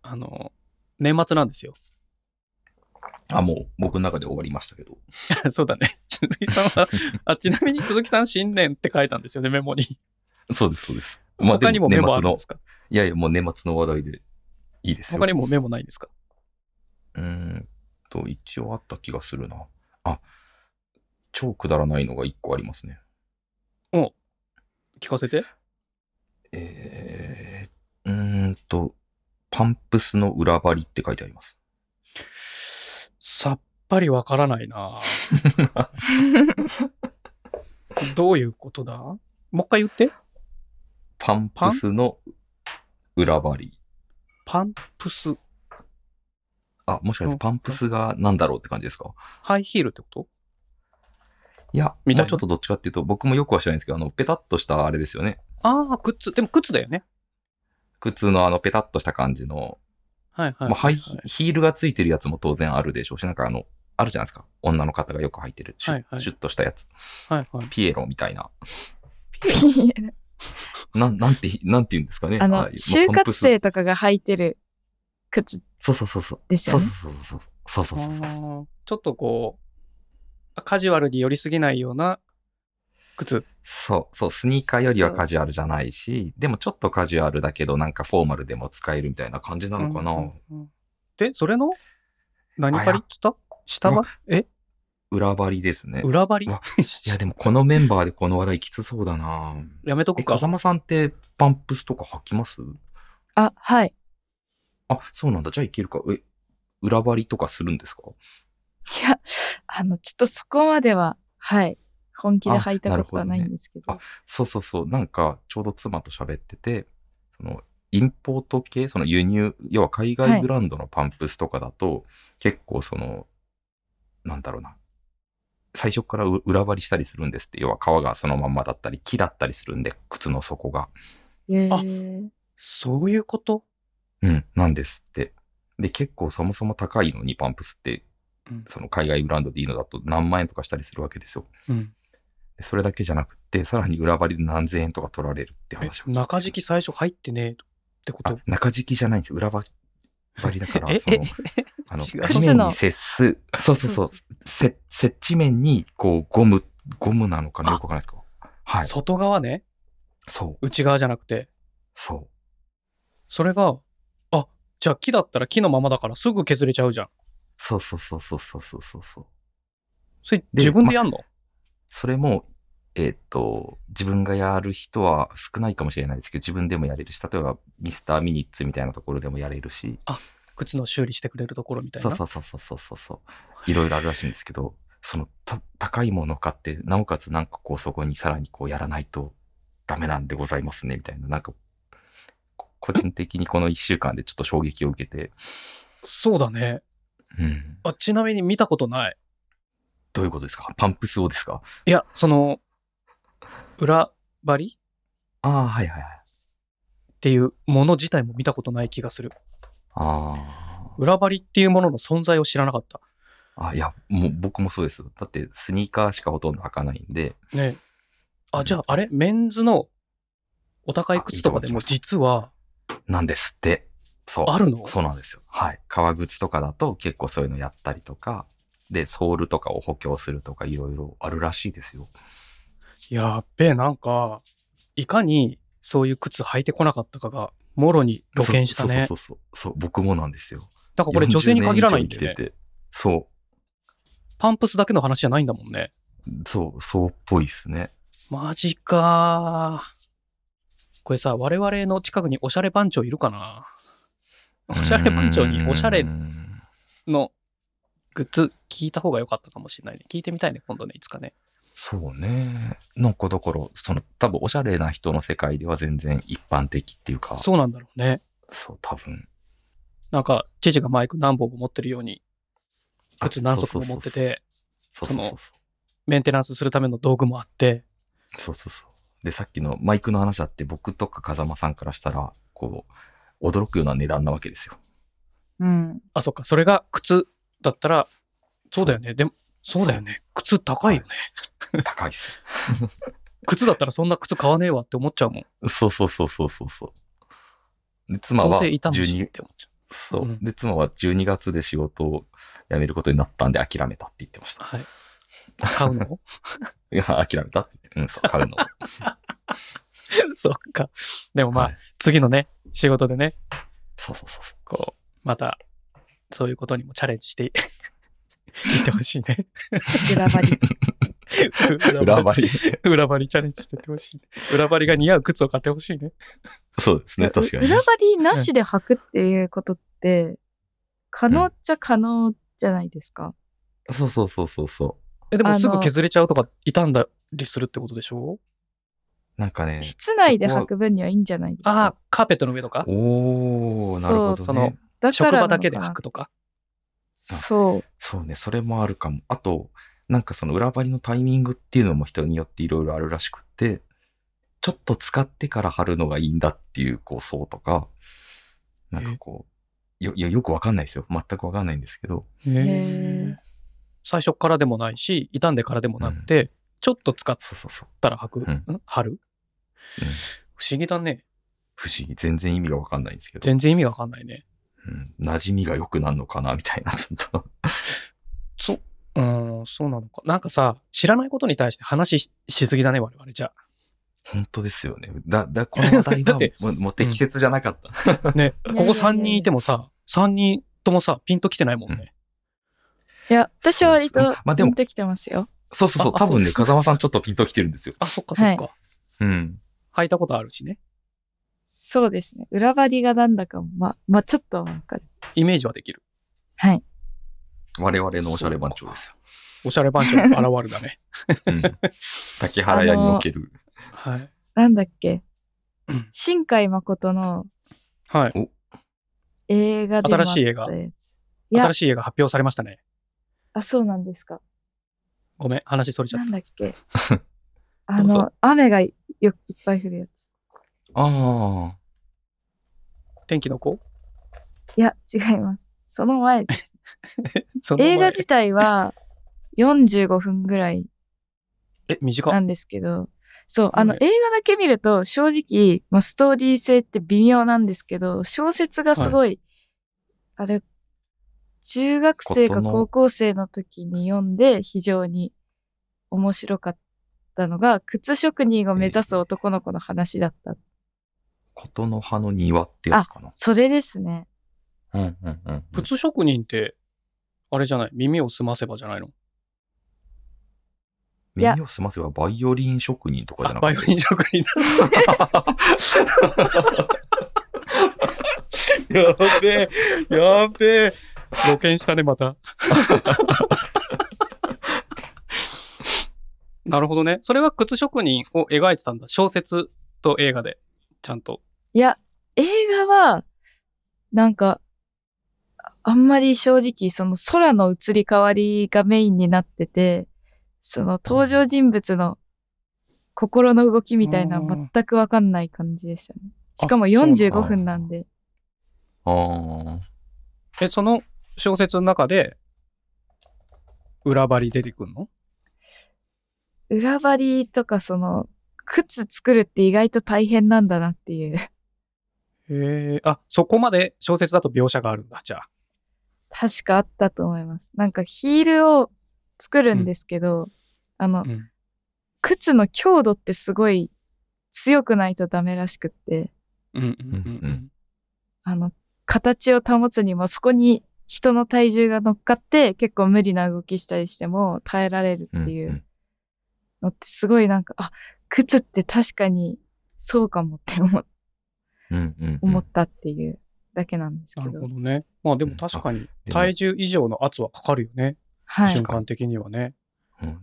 S1: あの、年末なんですよ。
S2: あ、もう僕の中で終わりましたけど。
S1: そうだね。鈴木さん は、あ、ちなみに鈴木さん新年って書いたんですよね、メモに。
S2: そうです、そうです。まあ、
S1: 他
S2: で
S1: にもメ
S2: 年
S1: モあ
S2: 末
S1: るん
S2: の
S1: で、すか
S2: いやいや、もう年末の話題でいいですよ。
S1: 他にもメモないんですか
S2: うーんと、一応あった気がするな。あ、超くだらないのが一個ありますね。
S1: 聞かせて。
S2: えー、うーんと、パンプスの裏張りって書いてあります。
S1: さっぱりわからない などういうことだもう一回言って。
S2: パンプスの裏張り。
S1: パンプス、
S2: あ、もしかし
S1: うん
S2: てパンプスがなんだろうって感じですか
S1: ハイヒールってこと
S2: いや、
S1: みたいな
S2: もうちょっとどっちかっていうと、僕もよくは知らないんですけど、あの、ペタッとしたあれですよね。
S1: ああ、靴。でも靴だよね。
S2: 靴のあの、ペタッとした感じの、
S1: はいはいはい、
S2: まあ、ハイヒヒールがついてるやつも当然あるでしょうし、なんかあの、あるじゃないですか。女の方がよく履いてる。シュッ
S1: はいはい
S2: シュッとしたやつ。
S1: はいはい。
S2: ピエロみたいな。なん、なんて、なんて言うんですかね。
S3: あ
S2: あ
S3: の
S2: あ、いう
S3: 就
S2: まあパンプ
S3: 活
S2: ス
S3: 生とかが履いてる靴
S2: そうそうそうそう。
S3: です
S2: そう
S3: よ
S2: そう
S3: ね。
S2: そうそう。そうそうそうそう。
S1: あーちょっとこう、カジュアルに寄りすぎないような靴。
S2: そう、そう、スニーカーよりはカジュアルじゃないし、でもちょっとカジュアルだけど、なんかフォーマルでも使えるみたいな感じなのかな。
S1: うんうんうんで、それの何張りって言った下
S2: う
S1: 張
S2: わ
S1: りえ
S2: 裏張りですね。
S1: 裏張り
S2: うわいや、でもこのメンバーでこの話題きつそうだな
S1: やめと
S2: え、
S1: くか
S2: 風。間さんってパンプスとか履きます
S3: あ、はい。
S2: あ、そうなんだ。じゃあいけるか。え、裏張りとかするんですか
S3: いや、あの、ちょっとそこまでは、はい。本気で履いたことはないんですけど。
S2: あなるほどねそうそうそう。なんか、ちょうど妻と喋ってて、その、インポート系、その輸入、要は海
S3: は
S2: 外
S3: い
S2: ブランドのパンプスとかだと、結構その、なんだろうな。最初からう裏張りしたりするんですって。要は皮がそのまんまだったり、木だったりするんで、靴の底が。
S3: へー
S1: あそういうこと
S2: うん、なんですって。で、結構そもそも高いのにパンプスって
S1: うん、
S2: その海外ブランドでいいのだと何万円とかしたりするわけですよ。
S1: うん。
S2: でそれだけじゃなくて、さらに裏張りで何千円とか取られるって
S1: え
S2: 話を聞いて
S1: 中敷き最初入ってねえってこ
S2: あ
S1: と、
S2: 中敷きじゃないんですよ。裏張りだか
S1: え
S2: ら、その
S1: え、
S2: あの、
S1: 違う
S2: 地面に接す、そうそうそう
S3: そう、
S2: せ、接地面に、こう、ゴム、ゴムなのかな
S1: あ
S2: よくわかんないですかはい。
S1: 外側ね。
S2: そう、
S1: 内側じゃなくて。
S2: そ
S1: それが、あ、じゃあ木だったら木のままだからすぐ削れちゃうじゃん。
S2: う、そうそうそうそうそうそうそうそう。
S1: それ自分でやんの、
S2: それも、えーっと、自分がやる人は少ないかもしれないですけど、自分でもやれるし、例えばミスターミニッツみたいなところでもやれるし、
S1: 靴の修理してくれるところみたい
S2: そ
S1: な。
S2: うそうそうそうそうそうそう、いろいろあるらしいんですけど、そのた高いものを買って、なおかつなんかこうそこにさらにこうやらないとダメなんでございますね、みたいな、なんか、こ個人的にこの1週間でちょっと衝撃を受けて、
S1: そうだね
S2: うん、
S1: あ。ちなみに見たことない。
S2: どういうことですかパンプスをですか
S1: いや、その、裏張り
S2: ああ、はいはいはい。
S1: っていうもの自体も見たことない気がする。
S2: ああ。
S1: 裏張りっていうものの存在を知らなかった。
S2: あ、いや、もう僕もそうです。だってスニーカーしかほとんど履かないんで、
S1: ねえ
S2: う
S1: あ、
S2: ん
S1: じゃあ、あれメンズのお高い靴とかでも
S2: あいいとこ行きました
S1: 実は
S2: なんですって。そう。
S1: あるの
S2: そうなんですよ。はい。革靴とかだと結構そういうのやったりとか、で、ソールとかを補強するとかいろいろあるらしいですよ。
S1: やっべえ、なんか、いかにそういう靴履いてこなかったかが、もろに露見したね。
S2: そうそうそうそうそう。僕もなんですよ。
S1: なんかこれ女性に限らないんだ
S2: で
S1: よね。
S2: そ
S1: パンプスだけの話じゃないんだもんね。
S2: う。そう、そうっぽいですね。
S1: マジかー。これさ、我々の近くにおしゃれ番長いるかなおしゃれ番長におしゃれ
S2: うん
S1: のグッズ聞いた方が良かったかもしれないね。聞いてみたいね、今度ね、いつかね。
S2: そうね。なんかだから、その多分おしゃれな人の世界では全然一般的っていうか、
S1: そうなんだろうね。
S2: そう、多分。
S1: なんか、知事がマイク何本も持ってるように、靴何足も持ってて、
S2: そうそうそうそう。
S1: メンテナンスするための道具もあって、
S2: そうそうそう。で、さっきのマイクの話だって、僕とか風間さんからしたら、こう、驚くような値段なわけで すよ。
S3: うん。
S1: あ、そっか、それが靴だったら、そうだよね。でも、そうだよね。靴高いよね。
S2: 高いっす。
S1: 靴だったらそんな靴買わねえわって思っちゃうもん。
S2: そうそうそうそうそうそう。で、妻
S1: どう
S2: は
S1: せ痛むしっ
S2: 12、
S1: て思っちゃう。。
S2: そううんで、妻は12月で仕事を辞めることになったんで諦めたって言ってました。
S1: はい。 買うの
S2: いや、諦めたって。うん、そう、買う の。
S1: そっか。でもまあ、
S2: はい
S1: 次のね、仕事でね、
S2: そうそうそうそう。
S1: こう、また、そういうことにもチャレンジしていいってほしいね。
S3: 裏張り。
S2: 裏張り。
S1: 裏張りチャレンジしてってほしい、ね。裏張りが似合う靴を買ってほしいね。
S2: そうですね、確かに
S3: 裏。張りなしで履くっていうことって、可能っちゃ可能じゃないですか。
S2: そうそうそうそうそ
S1: えでも
S3: あの
S1: すぐ削れちゃうとか、傷んだりするってことでしょ
S2: う。なんかね、
S3: 室内で履く分にはいいんじゃないです
S1: ああ
S3: か。、
S1: カーペットの上とか、
S2: お
S3: そ
S2: ー、
S3: う
S2: なるほ
S1: そ
S2: ど
S1: の
S2: ね。
S3: だか
S1: 職
S3: ら
S1: 場
S3: なのか
S1: だ
S3: な
S1: けで履くとか。
S3: そう。
S2: そうね、それもあるかも。あと、なんかその裏張りのタイミングっていうのも人によっていろいろあるらしくって、ちょっと使ってから貼るのがいいんだっていう、こう、そうとか、なんかこう、よ、よよくわかんないですよ。全くわかんないんですけど。
S3: へえ
S1: 最初からでもないし、傷んでからでもなくて、ちょっと使っ
S2: そうそうそう。
S1: たら履く、
S2: うん
S1: ん貼る、不思議だね。
S2: 不思議。全然意味がわかんないんですけど。
S1: 全然意味わかんないね。
S2: うん、馴染みが良くなるのかな、みたいな、ちょっと。
S1: そ、うーん、そうなのか。なんかさ、知らないことに対して話ししすぎだね、我々じゃ。
S2: 本当ですよね。だ、だ、この話 題
S1: だ
S2: は
S1: って
S2: もうもう適切じゃなかった。
S1: ね、
S3: いやいやいやい
S1: こ
S3: や
S1: こ3人いてもさ、3人ともさ、ピンときてないもんね。
S3: いや、私は割
S2: そうで
S3: と
S2: すねまあで
S3: ピ
S2: も
S3: ンときてますよ。
S2: そうそうそう。
S1: ああ
S2: 多分
S1: そ
S2: ね、
S1: う
S2: 風間さんちょっとピンときてるんですよ。
S1: あ、そっかそっか。
S2: うん。
S1: 履いたことあるしね。
S3: そうですね。裏張りがなんだかも、まあ、まあ、ちょっとはわかる。
S1: イメージはできる。
S3: はい。
S2: 我々のおしゃれ番長ですよ。
S1: おしゃれ番長が現れ たね。
S2: うん竹原屋における。
S1: はい。
S3: なんだっけ
S1: うん。
S3: 新海誠の
S1: はい。
S3: 映画でもあった
S1: 新しい映画
S3: やつ。いや
S1: 新、しい映画発表されましたね。
S3: あ、そうなんですか。
S1: ごめん、話それちゃっ
S3: なんだっ けあ
S1: どう
S3: の
S1: ぞ、
S3: 雨がよいっぱい降るやつ。
S2: ああ。
S1: た。天気の子
S3: いや、違います。その 前です。
S1: その前
S3: 映画自体は45分ぐらい
S1: え、短
S3: な
S1: っ。
S3: んですけど、そう、あの
S1: は
S3: 映
S1: い
S3: 画だけ見ると正直、まあ、ストーリー性って微妙なんですけど、小説がすごい、あれ、中学生
S2: こ
S3: か
S2: との
S3: 高校生の時に読んで非常に面白かったのが、靴職人を目指す男の子の話だった。
S2: 琴の葉の庭ってやつかな。
S3: それですね。
S2: うんうんうんうん。
S1: 靴職人って、あれじゃない、耳を澄ませばじゃないの。
S3: いや
S2: 耳を澄ませばバイオリン職人とかじゃな
S1: バ
S2: く
S1: イオ
S2: て、
S1: リン職人 だ。やべえ、 やべえ。露見したね、ま た。なるほどね。それは靴職人を描いてたんだ。小説と映画で、ちゃんと。
S3: いや、映画は、なんか、あんまり正直、その空の移り変わりがメインになってて、その登場人物の心の動きみたいな
S1: うん
S3: 全くわかんない感じでしたね。しかも
S1: あそうなんだ
S3: 45分なんで。
S2: あー
S1: え、その小説の中で、裏張り出てくんの
S3: 裏張りとかその、靴作るって意外と大変なんだなっていう。
S1: へえ、あ、そこまで小説だと描写があるんだ、じゃあ。
S3: 確かあったと思います。なんかヒールを作るんですけど、あ
S1: う
S3: の、
S1: ん
S3: 靴の強度ってすごい強くないとダメらしくって、
S1: うんうんうんうん。
S3: あの、形を保つにもそこに人の体重が乗っかって結構無理な動きしたりしても耐えられる
S2: うん
S3: っていうんうのってすごいなんか、あ、靴って確かにそうかもって思
S2: うんうんうん
S3: 思ったっていうだけなんですけ
S1: な
S3: ど。
S1: るほどね。まあでも確かに
S2: でも
S1: 体重以上の圧はかかるよね。
S3: はい
S1: 瞬。間的にはね。
S2: うん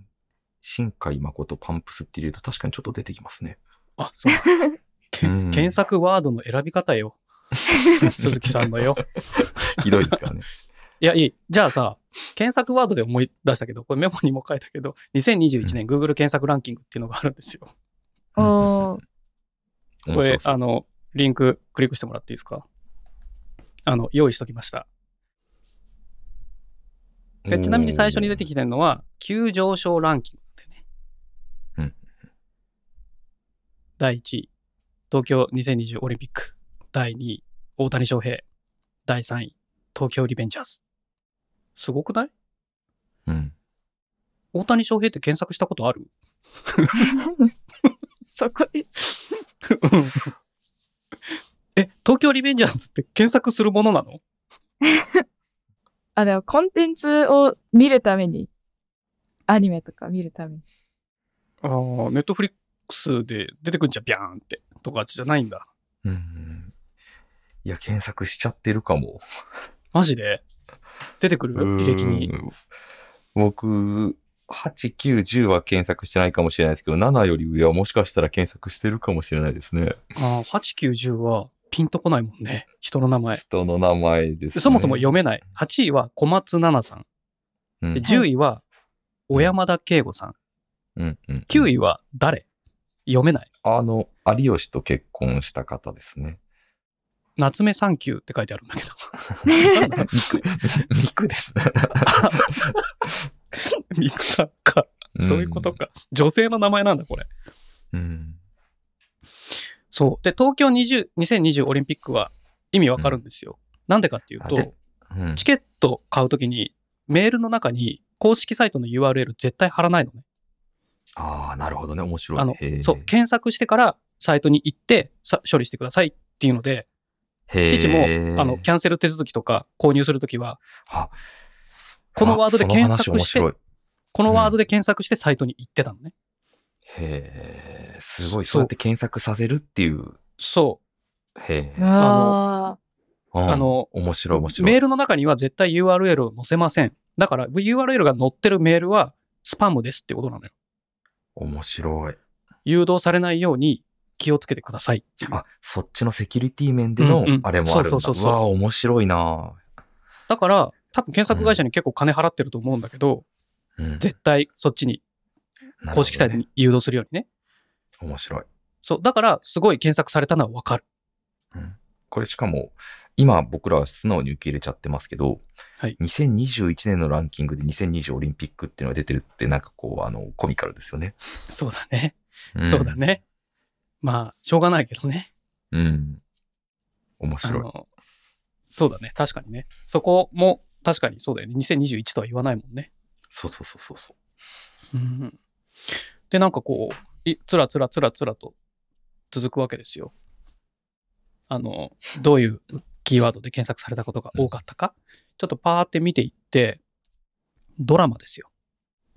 S2: 新海誠パンプスって入れると確かにちょっと出てきますね。
S1: あ、そう。 け
S2: うん
S1: 検索ワードの選び方 よ。鈴木さんのよ。
S2: ひどいですからね。
S1: いや、いい。じゃあさ、検索ワードで思い出したけど、これメモにも書いたけど、2021年 Google 検索ランキングっていうのがあるんですよ。
S3: おー、
S1: こ
S2: 面白
S1: れ、
S2: そう
S1: あの、リンククリックしてもらっていいですかあの、用意しときました。でちなみに最初に出てきてるのは、急上昇ランキングでね。
S2: うん
S1: 第1位、東京2020オリンピック。第2位、大谷翔平。第3位、東京リベンジャーズ。すごくない
S2: うん。
S1: 大谷翔平って検索したことある
S3: そこです。
S1: え、東京リベンジャーズって検索するものなの
S3: あ、でもコンテンツを見るために、アニメとか見るために。
S1: ああ、ネットフリックスで出てくんじゃん、ビャーンって。とかじゃないんだ。
S2: うんうん。いや、検索しちゃってるかも。
S1: マジで出てくる履歴に
S2: う。ん僕、8、9、10は検索してないかもしれないですけど、7より上はもしかしたら検索してるかもしれないですね。
S1: ああ、8、9、10はピンとこないもんね。人の名前。
S2: 人の名前です、ね。
S1: そもそも読めない。8位は小松菜奈さん。
S2: うん
S1: で10位は小山田圭吾さん。
S2: うんうん、
S1: 9
S2: 位。
S1: 位は誰読めない。
S2: あの、有吉と結婚した方で すね。
S1: 夏目三級って書いてあるんだけど。
S2: ミク、ミクですね。
S1: ミクさんか。そういうことか。女性の名前なんだ、これ。
S2: うん。
S1: そう。で、東京20 2020オリンピックは意味わかるんですよ。なんでかっていう
S2: あで
S1: と、
S2: うん。
S1: チケット買うときにメールの中に公式サイトの URL 絶対貼らないのね。
S2: ああ、なるほどね。面白い。
S1: あの
S2: へー
S1: そう、検索してからサイトに行ってさ処理してくださいっていうので、
S2: へー
S1: 父もあのキャンセル手続きとか購入するときは、
S2: あ
S1: このワードで
S2: あその話
S1: 検索して
S2: 面白い
S1: このワードで検索してサイトに行ってたのね。
S2: へえ、すごい。
S1: そう
S2: そうやって検索させるっていう。
S1: そ
S2: へえ。
S1: あ
S3: あ
S1: う、
S2: あ
S1: あ、の、
S2: 面白い、面白い。
S1: メールの中には絶対 URL を載せません。だから URL が載ってるメールはスパムですってことなのよ。
S2: 面白い。
S1: 誘導されないように気をつけてください。
S2: あ、そっちのセキュリティ面で
S1: う
S2: の
S1: んうん
S2: あれもある
S1: そうう
S2: んだ。
S1: そうそうそう
S2: わあ、面白いな
S1: だから、多分検索会社に結構金払ってると思うんだけど、
S2: うん
S1: 絶対そっちに、
S2: なるほどね
S1: 公式サイトに誘導するようにね。
S2: 面白い。
S1: そう、だから、すごい検索されたのはわかる。
S2: これしかも、今僕らは素直に受け入れちゃってますけど、
S1: はい
S2: 2021年のランキングで2020オリンピックっていうのが出てるって、なんかこう、あの、コミカルですよね。
S1: そうだね。
S2: ん
S1: そうだ。ね。まあ、しょうがないけどね。
S2: うん。面
S1: あ
S2: 白い。
S1: のそうだね。確かにね。そこも、確かにそうだよね。2021とは言わないもんね。
S2: そうそうそうそうそう。
S1: うん。で、なんかこう、いつらつらつらつらと続くわけですよ。あの、どういうキーワードで検索されたことが多かったか、ちょっとパーって見ていって、ドラマですよ。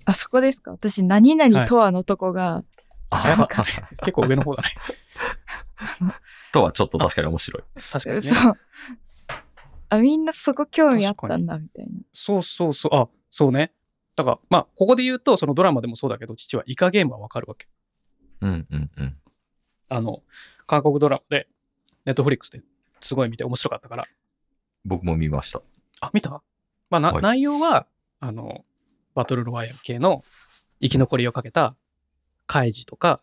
S3: あそこですか私、何々とはのとこが、
S1: 早かったね。結構上の方だね。
S2: とはちょっと確かに 面白い。
S1: 確かに、ね。
S3: そう。あ、みんなそこ興味あったんだ、みたいな。
S1: そうそうそう。あ、そうね。だから、まあ、ここで言うと、そのドラマでもそうだけど、父はイカゲームはわかるわけ。
S2: うんうんうん。
S1: あの、韓国ドラマで、ネットフリックスですごい見て面白かったから。
S2: 僕も見ました。
S1: あ、見たまあ、な
S2: はい
S1: 内容は、あの、バトルロワイヤル系の生き残りをかけた、カイジとか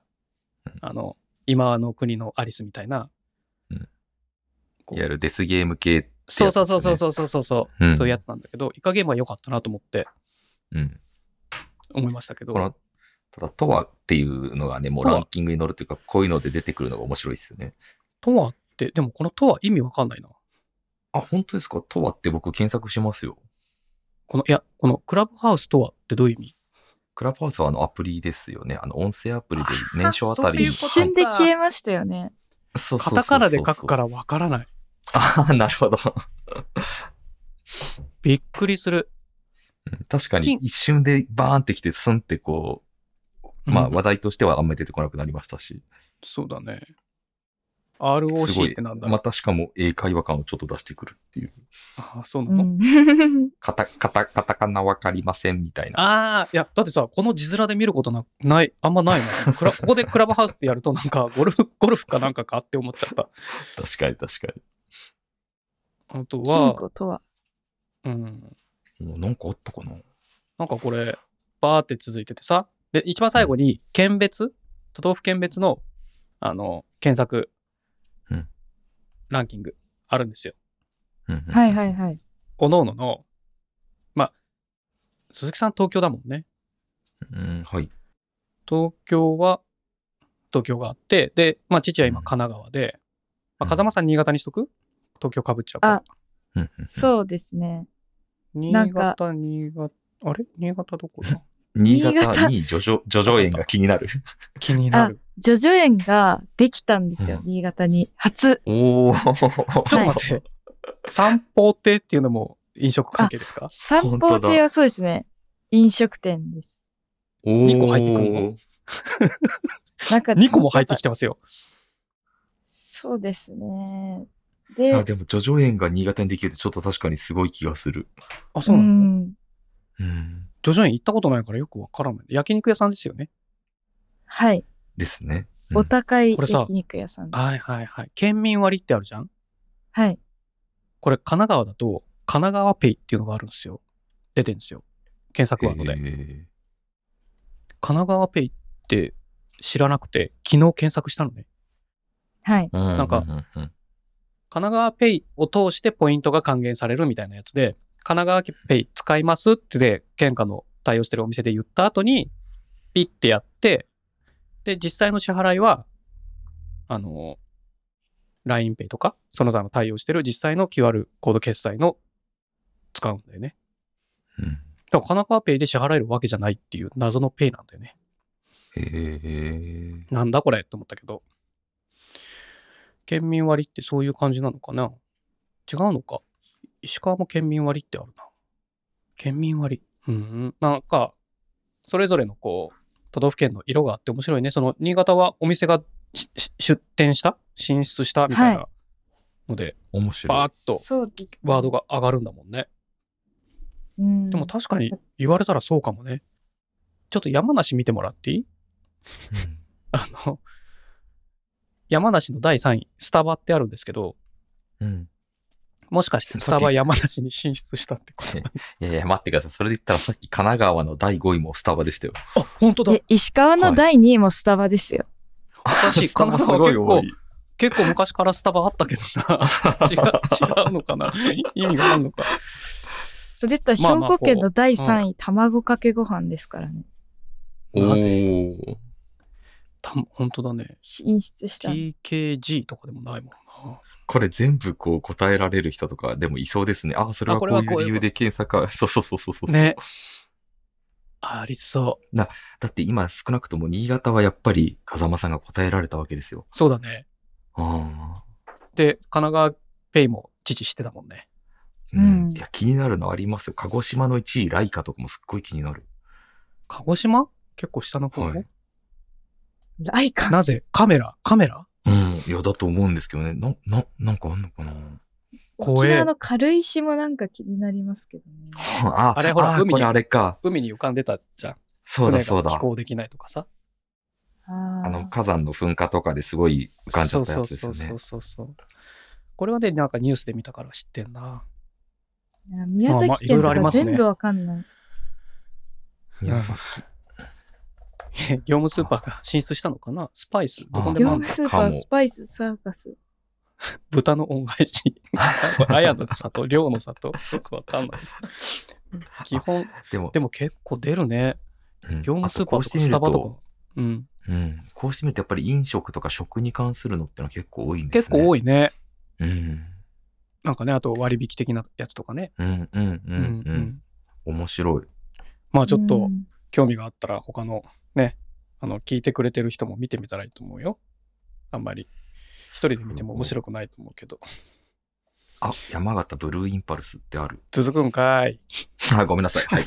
S2: うん、
S1: あの、今の国のアリスみたいな、こう
S2: いわゆるデスゲーム系ってやつです
S1: そ
S2: ね、
S1: うそうそうそうそうそうそうそう、
S2: うん
S1: そういうやつなんだけど、イカゲームは良かったなと思って
S2: うん。
S1: 思いましたけど、
S2: この、ただ、とはっていうのがね、もう
S1: とは
S2: ランキングに乗るというか、こういうので出てくるのが面白いですよね。
S1: とはって、でもこのとは意味わかんないな。
S2: あ、本当ですかとはって僕検索しますよ。
S1: この、いや、このクラブハウスとはってどういう意味
S2: クラブハウスはあのアプリですよね。あの音声アプリで年初あた
S1: と
S2: りに。
S1: いう
S3: 一
S1: こと
S3: 瞬で消えましたよね。
S2: そうそうそうそう
S1: カタカナで書くからわからない。
S2: ああ、なるほど。
S1: びっくりする。
S2: うん確かに
S1: 金
S2: 一瞬でバーンってきて、スンってこう、まあ
S1: うん
S2: 話題としてはあんまり出てこなくなりましたし、
S1: そうだね。
S2: すご
S1: ROC っ
S2: い
S1: てなん、だろう
S2: またしかも英会話感をちょっと出してくるっていう、
S1: ああ、そうな
S3: う
S1: の、
S3: ん。
S2: カタカタカタカナわかりませんみたいな。
S1: ああ、いや、だってさ、この字面で見ることなない、あんまない な。クラここでクラブハウスってやると、なんか、ゴルフ、 ゴルフかなんかかって思っちゃった。
S2: 確かに確か
S1: あと
S3: 金
S1: は、
S3: 庫とは。
S1: うん、
S2: に。もうなんかあったかな
S1: なんかこれ、バーって続いててさ、で、一番最後に、県別、都道府県別の、あの、検索、
S2: うん
S1: ランキング、あるんですよ。
S2: うんうん
S3: はいはいはい。
S1: おのおのの、まあ、鈴木さん東京だもんね。
S2: うん、はい。
S1: 東京は、東京があって、で、まあ、父は今神奈川で、まあ、
S2: うん
S1: 風間さん新潟にしとく東京かぶっちゃうから。
S2: うんうんうん
S3: そうですね。
S1: 新
S3: なんか
S1: 潟、新潟、あれ新潟どこ だ
S2: 新
S3: 新潟
S2: 潟にジョジョ、ジョジョ園が気になる。
S1: 気になる。
S3: ジョジョ園ができたんですよ
S2: う、ん
S3: 新潟に。初。
S2: おお。ちょっ
S1: ちょっと待って、三宝亭っていうのも飲食関係ですか
S3: 三宝
S2: 本当
S3: 亭
S2: だ
S3: はそうですね。飲食店です。
S2: お
S1: 二個入ってくるの
S3: なんか、
S1: ?2 個も入ってきてますよ。
S3: そうですね。
S2: あ
S3: で、
S2: でも、ジョジョ園が新潟にできるってちょっと確かにすごい気がする。
S1: あ、
S3: う
S1: そうなの
S3: ん。
S2: うん。
S1: 徐々に行ったことないからよくわからない。焼肉屋さんですよね。
S3: はい。
S2: ですね。うん
S3: お高い
S1: これさ
S3: 焼肉屋さん。
S1: はいはいはい。県民割ってあるじゃん
S3: はい。
S1: これ神奈川だと、神奈川ペイっていうのがあるんですよ。出てるんですよ。検索ワードで。
S2: へ
S1: 神奈川ペイって知らなくて、昨日検索したのね。
S3: はい。
S2: ーうん
S1: なんか
S2: うんうん
S1: 神奈川ペイを通してポイントが還元されるみたいなやつで、神奈川ペイ使いますってで、県下の対応してるお店で言った後に、ピッてやって、で、実際の支払いは、あの、LINEPay とか、その他の対応してる実際の QR コード決済の使うんだよね。
S2: うん
S1: だから神奈川ペイで支払えるわけじゃないっていう謎のペイなんだよね。
S2: へー
S1: なんだこれって思ったけど。県民割ってそういう感じなのかな違うのか石川も県民割ってあるな。県民割。うんうん。なんか、それぞれのこう、都道府県の色があって面白いね。その、新潟はお店がしし出店した進出したみたいなので、
S2: 面白
S1: バ
S2: い。
S1: ーッと
S3: そうです、
S1: ワード。が上がるんだもんね。
S3: うん。
S1: でも確かに言われたらそうかもね。ちょっと山梨見てもらっていいあの、山梨の第3位、スタバってあるんですけど、
S2: うんうん
S1: もしかしてスタバ山梨に進出したって こと
S2: さっいやいや、待ってください。それで言ったらさっき神奈川の第5位もスタバでしたよ。
S1: あ、本当だ。
S3: で、石川の第2位もスタバですよ。
S1: 私、
S2: スタ
S1: 神
S2: バす
S1: 奈
S2: ご
S1: 川
S2: い
S1: 結
S2: 多
S1: 構
S2: い、。
S1: 結構昔からスタバあったけどな。違う、違うのかな。意味があるのか。
S3: それと、兵
S1: まあまあ
S3: 庫県
S1: こ
S3: の第3位、卵かけご飯ですからね。
S1: 神奈川
S2: おー
S1: た本当だね。
S3: 進出した。
S1: TKG とかでもないもんな。
S2: これ全部こう答えられる人とか、でもいそうですね。ああ、それは
S1: あこ
S2: こ
S1: れ
S2: う
S1: は
S2: いう理由で検索。そうそうそうそうそう。
S1: ね。ありそう。
S2: だって今少なくとも新潟はやっぱり風間さんが答えられたわけですよ。
S1: そうだね。
S2: ああ。
S1: で、神奈川ペイも父知ってたもんね。
S3: うん
S2: いや、気になるのありますよ。鹿児島の1位、ライカとかもすっごい気になる。
S1: 鹿児島結構下の方ね、
S2: はい
S3: ライカ。
S1: なぜカメラカメラ
S2: うん。いや、だと思うんですけどね。な、な、なんかあんのかな
S1: 怖
S3: 沖
S1: え
S3: 縄の軽石もなんか気になりますけどね。
S2: あ、
S1: あれほら海に
S2: これあれか。
S1: 海に浮かんでたじゃん。
S2: そうだ
S1: 船が
S2: そうだ
S1: 寄。港できないとかさ。
S3: あー
S2: あの、火山の噴火とかですごい浮かんじゃったやつです
S1: そ
S2: よ
S1: うそう
S2: ね。
S1: そうそうそう。これはね、なんかニュースで見たから知ってんな。
S3: いや宮
S1: まあまあ
S3: 崎
S1: いろ
S3: 県
S1: い
S3: と
S1: ろあり
S3: か
S1: ますね
S3: 全部わかんない。
S2: 宮崎
S1: 業務スーパーが進出したのかなスパイス。どこで
S2: あ
S3: 業
S1: もあん
S3: 務
S1: の
S3: スーパ
S2: か
S3: ー、
S2: も
S3: スパイス、サーカス。
S1: 豚の恩返し。 綾の里、涼の里。よくわかんない。基本、
S2: でも、
S1: でも結構出るね。
S2: うん
S1: 業務スーパーとかスタ
S2: あこうしてみる
S1: バとか。うん、
S2: うん。こうしてみるとやっぱり飲食とか食に関するのってのは結構多いんです
S1: 結
S2: ね。
S1: 構多
S2: い。
S1: いね。
S2: うん。
S1: なんかね、あと割引的なやつとかね。
S2: うんうんう
S1: うんう
S2: うん。面白い。
S1: まあちょっ
S3: う
S1: と
S3: ん
S1: 興味があったら他のね、あの聞いてくれてる人も見てみたらいいと思うよ。あんまり一人で見ても面白くないと思うけど。
S2: あ、山形ブルーインパルスってある。
S1: 続くんかい。
S2: あ、ごめんなさい。はい。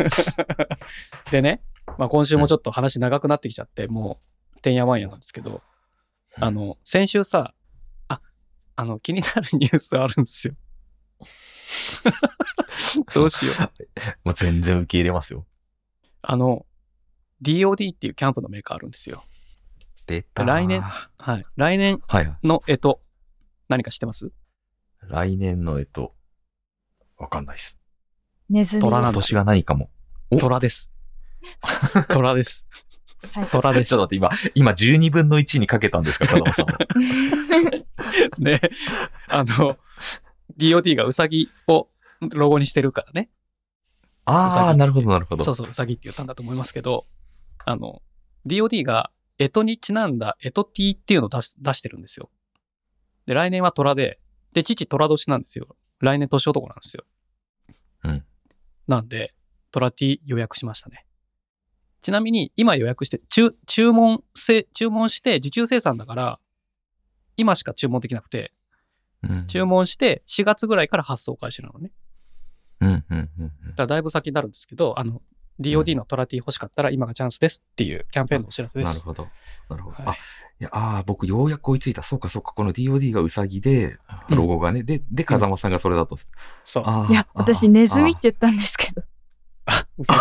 S1: でね、まあ、今週もちょっと話長くなってきちゃって、もう、てんやわんやなんですけど、
S2: うん
S1: あの、先週さ、あ、あの、気になるニュースあるんです よ。どうしよう。
S2: もう全然受け入れますよ。
S1: あの、DOD っていうキャンプのメーカーあるんですよ。
S2: 出た。
S1: 来年
S2: は
S1: はい。来年
S2: い。
S1: の干支、何か知ってます
S2: 来年のえと、わかんないです。
S3: ネズミ。
S1: 虎
S2: 今
S1: なんだ
S2: 年が何かも。お
S1: 虎 です。虎です
S3: はい。
S1: 虎で
S2: ち
S1: す
S2: ょっ。と待って、今、今12分の1にかけたんですか、風 間さんは。
S1: ね、あの、DOD がウサギをロゴにしてるからね。
S2: ああ、なるほど、なるほど。
S1: そうそう、うさぎって言ったんだと思いますけど、あの、DOD が、えとにちなんだ、えと T っていうのを出し出してるんですよ。で、来年は虎で、で、父、虎年なんですよ。来年年男なんですよ。
S2: うん。
S1: なんで、虎 T 予約しましたね。ちなみに、今予約して、注注文せ、注文して、受注生産だから、今しか注文できなくて、
S2: うん
S1: 注文して、4月ぐらいから発送開始なのね。
S2: うんうんうんう
S1: だ
S2: ん
S1: からだいぶ先になるんですけど、あの、DOD のトラティ欲しかったら今がチャンスですっていうキャンペーンのお知らせで
S2: なる
S1: す。
S2: ほど。なるほど。
S1: はい
S2: あ、いや、あー僕、ようやく追いついた。そうか、そうか。この DOD がウサギで、
S1: うん
S2: ロゴがね。で、で、風間さんがそれだと。
S1: そう。
S2: あー
S3: いや、
S2: あー
S3: 私、ネズミって言ったんですけど。
S1: うさぎ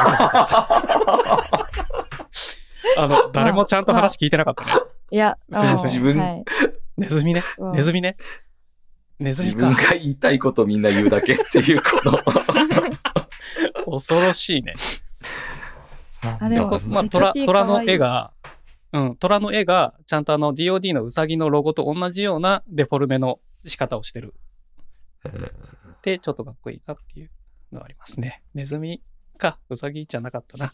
S1: あ の、誰もちゃんと話聞いてなかったね。
S3: いや、
S1: すいません
S3: あの
S2: 自分
S3: はい
S1: ネズミね。
S3: うん
S1: ネズミね。ネズ
S2: 自
S1: ミ
S2: 分
S1: か。
S2: が言いたいことみんな言うだけっていう、 この。
S1: 恐ろし いね。
S3: あでも
S1: こまあ、
S3: めっちゃ
S1: 虎
S3: 手
S1: 虎の
S3: 可愛
S1: 絵
S3: い
S1: が、うん、虎の絵が、ちゃんとあの DOD のうさぎのロゴと同じようなデフォルメの仕方をしてる。
S2: えー
S1: で、ちょっとかっこいいなっていうのはありますね。ネズミか、うさぎじゃなかったな。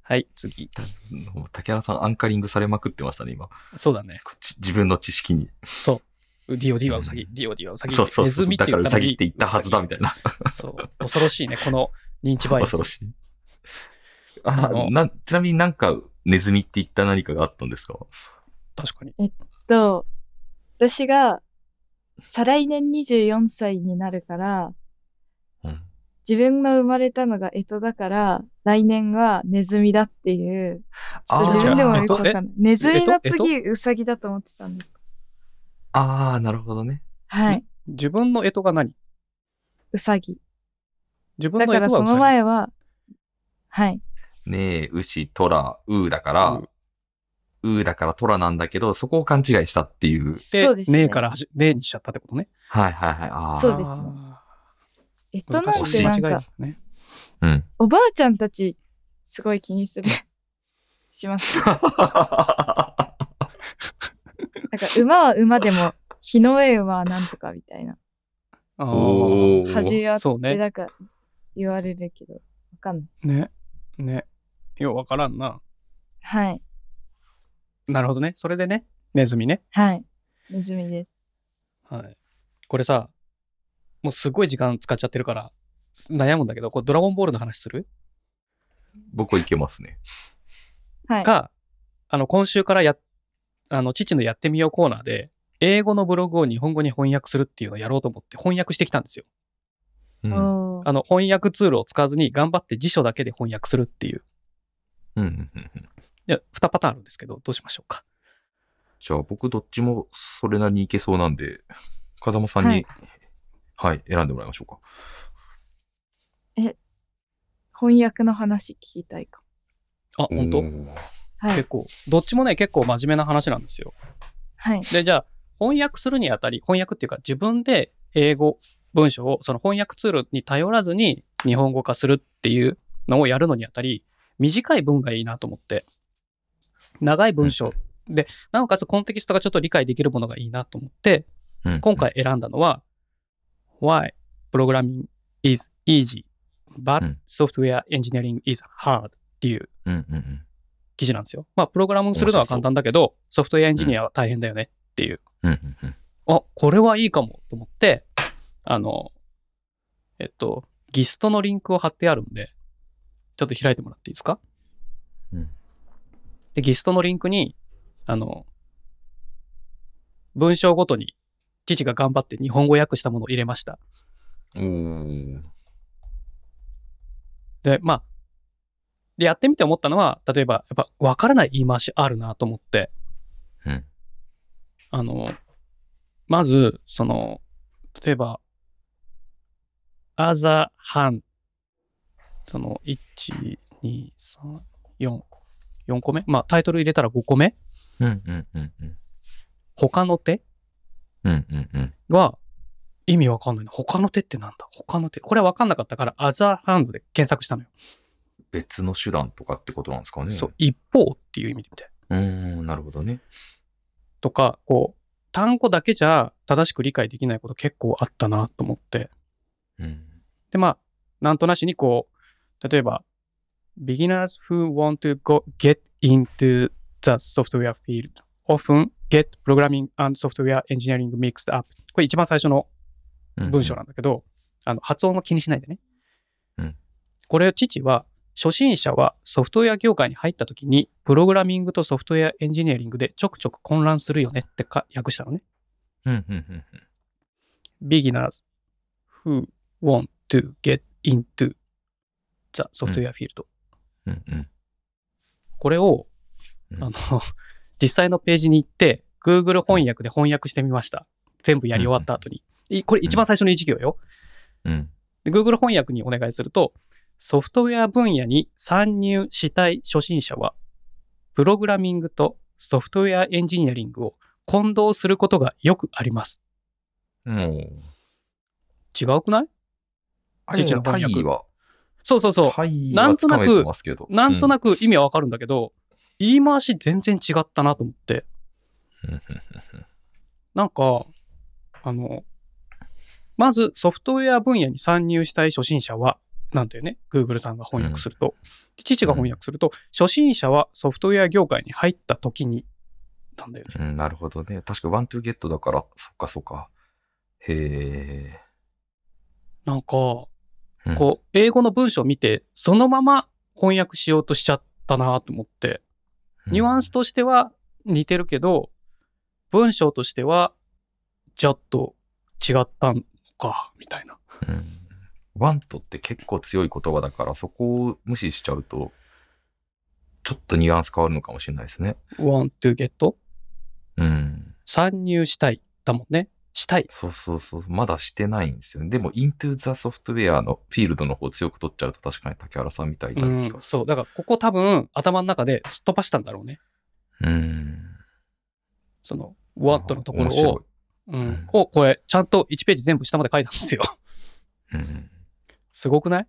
S1: はい、次。
S2: もう竹原さん、アンカリングされまくってましたね、今。
S1: そうだね。
S2: こっち自分の知識に。
S1: そう。DOD はウサギ、
S2: う
S1: DOD はウサギ。
S2: そうそう
S1: ネ
S2: そ
S1: ズ
S2: う
S1: ミ。って
S2: だから
S1: 言っ
S2: ウ
S1: た
S2: サ
S1: のに
S2: ギって言ったはずだみたいな。
S1: な。そう。恐ろしいね、この認知バイアス。
S2: 恐ろしい。あ
S1: の
S2: なちなみになんかネズミって言った何かがあったんですか
S1: 確かに。
S3: と、私が、再来年24歳になるから、
S2: うん。
S3: 自分の生まれたのが干支だから、来年はネズミだっていう、ちょっと自分でもよくわかんない。ネズミの次、ウサギだと思ってたんです。
S2: ああ、なるほどね。
S3: はい。
S1: 自分の干支が何
S3: ウサギ。
S1: 自分
S3: だ
S1: の
S3: か
S1: 干
S3: ら
S1: 支は
S3: そ
S1: ウ
S3: の
S1: サギ。
S3: 前は、はい。
S2: ねえ、牛、トラ、ウーだから、ウーだからトラなんだけど、そこを勘違いしたっていう。
S3: そうです
S1: ね
S3: ね。
S1: えからはじ、ねえにしちゃったってことね。
S2: はいはいはい。ああ。
S3: そうですね
S1: あー
S3: 干支
S1: 難しい
S3: な
S1: 間
S3: ん
S1: 違
S3: て
S1: い
S3: なん
S1: だ
S3: か、
S1: ね。
S2: うん。
S3: おばあちゃんたち、すごい気に する。します。なんか、馬は馬でも、日の上馬はなんとかみたいな。
S1: あー
S2: おお。
S3: 恥じ合っ
S1: そう
S3: て、
S1: ね。
S3: なんか、言われるけど、わかんない。
S1: ね。ね。ようわからんな。
S3: はい。
S1: なるほどね。それでね、ネズミね。
S3: はい。ネズミです。
S1: はい。これさ、もうすごい時間使っちゃってるから、悩むんだけど、これドラゴンボールの話する
S2: 僕はいけますね。
S3: はい。
S1: が、あの、今週からや、あの、父のやってみようコーナーで、英語のブログを日本語に翻訳するっていうのをやろうと思って翻訳してきたんですよ。
S2: うん。うん
S3: おー
S1: あの、翻訳ツールを使わずに頑張って辞書だけで翻訳するっていう。
S2: うんうんうん。
S1: いや、2パターンあるんですけど、どうしましょうか。
S2: じゃあ僕どっちもそれなりにいけそうなんで、風間さんに、
S3: は
S2: はいい、選んでもらいましょうか。
S3: 翻訳の話聞きたいか
S1: あ、本当、
S2: おー
S3: も。はい
S1: 結。構、どっちもね、結構真面目な話なんですよ。
S3: はい。
S1: で、じゃあ、翻訳するにあたり、翻訳っていうか、自分で英語、文章を、その翻訳ツールに頼らずに日本語化するっていうのをやるのにあたり、短い文がいいなと思って、長い文章で、なおかつコンテキストがちょっと理解できるものがいいなと思って、
S2: うん
S1: 今回選んだのは、Why programming is easy,
S2: う
S1: but
S2: ん
S1: software engineering is hard っていう
S2: うんうんうん。
S1: 記事なんですよ。まあ、プログラムするのは簡単だけど、ソフトウェアエンジニアは大変だよねっていう。
S2: うんうんうん。
S1: あ、これはいいかもと思って、あの、えっと、ギストのリンクを貼ってあるんで、ちょっと開いてもらっていいですか
S2: うん
S1: で、ギストのリンクに、あの、文章ごとに、父が頑張って日本語訳したものを入れました。
S2: おー
S1: で、まあ、で、やってみて思ったのは、例えば、やっぱ、わからない言い回しあるなと思って、
S2: うん
S1: あの、まず、その、例えば、other hand、その、1、2、3、4、4個目まあ、タイトル入れたら5個目
S2: うんうんうんうん。
S1: 他の手
S2: うんうんうん。
S1: は、意味わかんないな。他の手ってなんだ他の手。これわかんなかったから、other hand で検索したのよ。
S2: 別の手段とかってことなんですかね。
S1: そう、。一方っていう意味でみたいな。
S2: うーん、なるほどね。
S1: とか、こう、単語だけじゃ正しく理解できないこと結構あったなと思って。
S2: うん。
S1: で、まあ、なんとなしにこう、例えば、beginners who want to go get into the software field often get programming and software engineering mixed up。これ一番最初の文章
S2: な
S1: なんだけど、あの発音は気にしないでね。
S2: うん
S1: これ、父は、初心者はソフトウェア業界に入った時に、プログラミングとソフトウェアエンジニアリングでちょくちょく混乱するよねってか訳したのね。
S2: うんうんうん
S1: beginners who want to get into the software field、
S2: うんうん
S1: これを、
S2: うん
S1: あの、 実際のページに行って、Google 翻訳で翻訳してみました。全部やり終わった後に。いこれ一番最初の一行よ。
S2: うん
S1: で Google 翻訳にお願いすると、ソフトウェア分野に参入したい初心者は、プログラミングとソフトウェアエンジニアリングを混同することがよくあります。
S2: うん。もう。
S1: 違うくない
S2: あ
S1: ちっ
S2: れ
S1: ちゃな
S2: タイ
S1: 翻訳
S2: は、
S1: そうそうそう。
S2: タイ
S1: な
S2: は
S1: んと
S2: つ
S1: な
S2: か
S1: く
S2: めてますけど。
S1: なんとなく意味はわかるんだけど、言い回し全然違ったなと思って。
S2: うん
S1: なんか、あの、まずソフトウェア分野に参入したい初心者は、なんだよね、Google さんが翻訳すると。父が翻訳すると、初心者はソフトウェア業界に入った時に、なんだよね。
S2: うん、なるほどね。確か、ワントゥーゲットだから、そっかそっか。へえ。
S1: なんか、
S2: うん
S1: こう、英語の文章を見て、そのまま翻訳しようとしちゃったなと思って。ニュアンスとしては似てるけど、文章としてはちょっと違ったのか、みたいな。
S2: うん。ワントって結構強い言葉だから、そこを無視しちゃうと、ちょっとニュアンス変わるのかもしれないですね。
S1: want to get
S2: うん。
S1: 参入したいだもんね。したい。
S2: そうそうそう。まだしてないんですよね。でも、into the software のフィールドの方強く取っちゃうと、確かに竹原さんみたいに
S1: う
S2: なる気
S1: ん
S2: が、す
S1: そう。だからここ多分頭の中ですっ飛ばしたんだろうね。
S2: る。うん。
S1: その want のところ
S2: 面白い
S1: を、うん
S2: ん、
S1: をこれちゃんと1ページ全部下まで書いたんですよ。
S2: うん。
S1: すごくない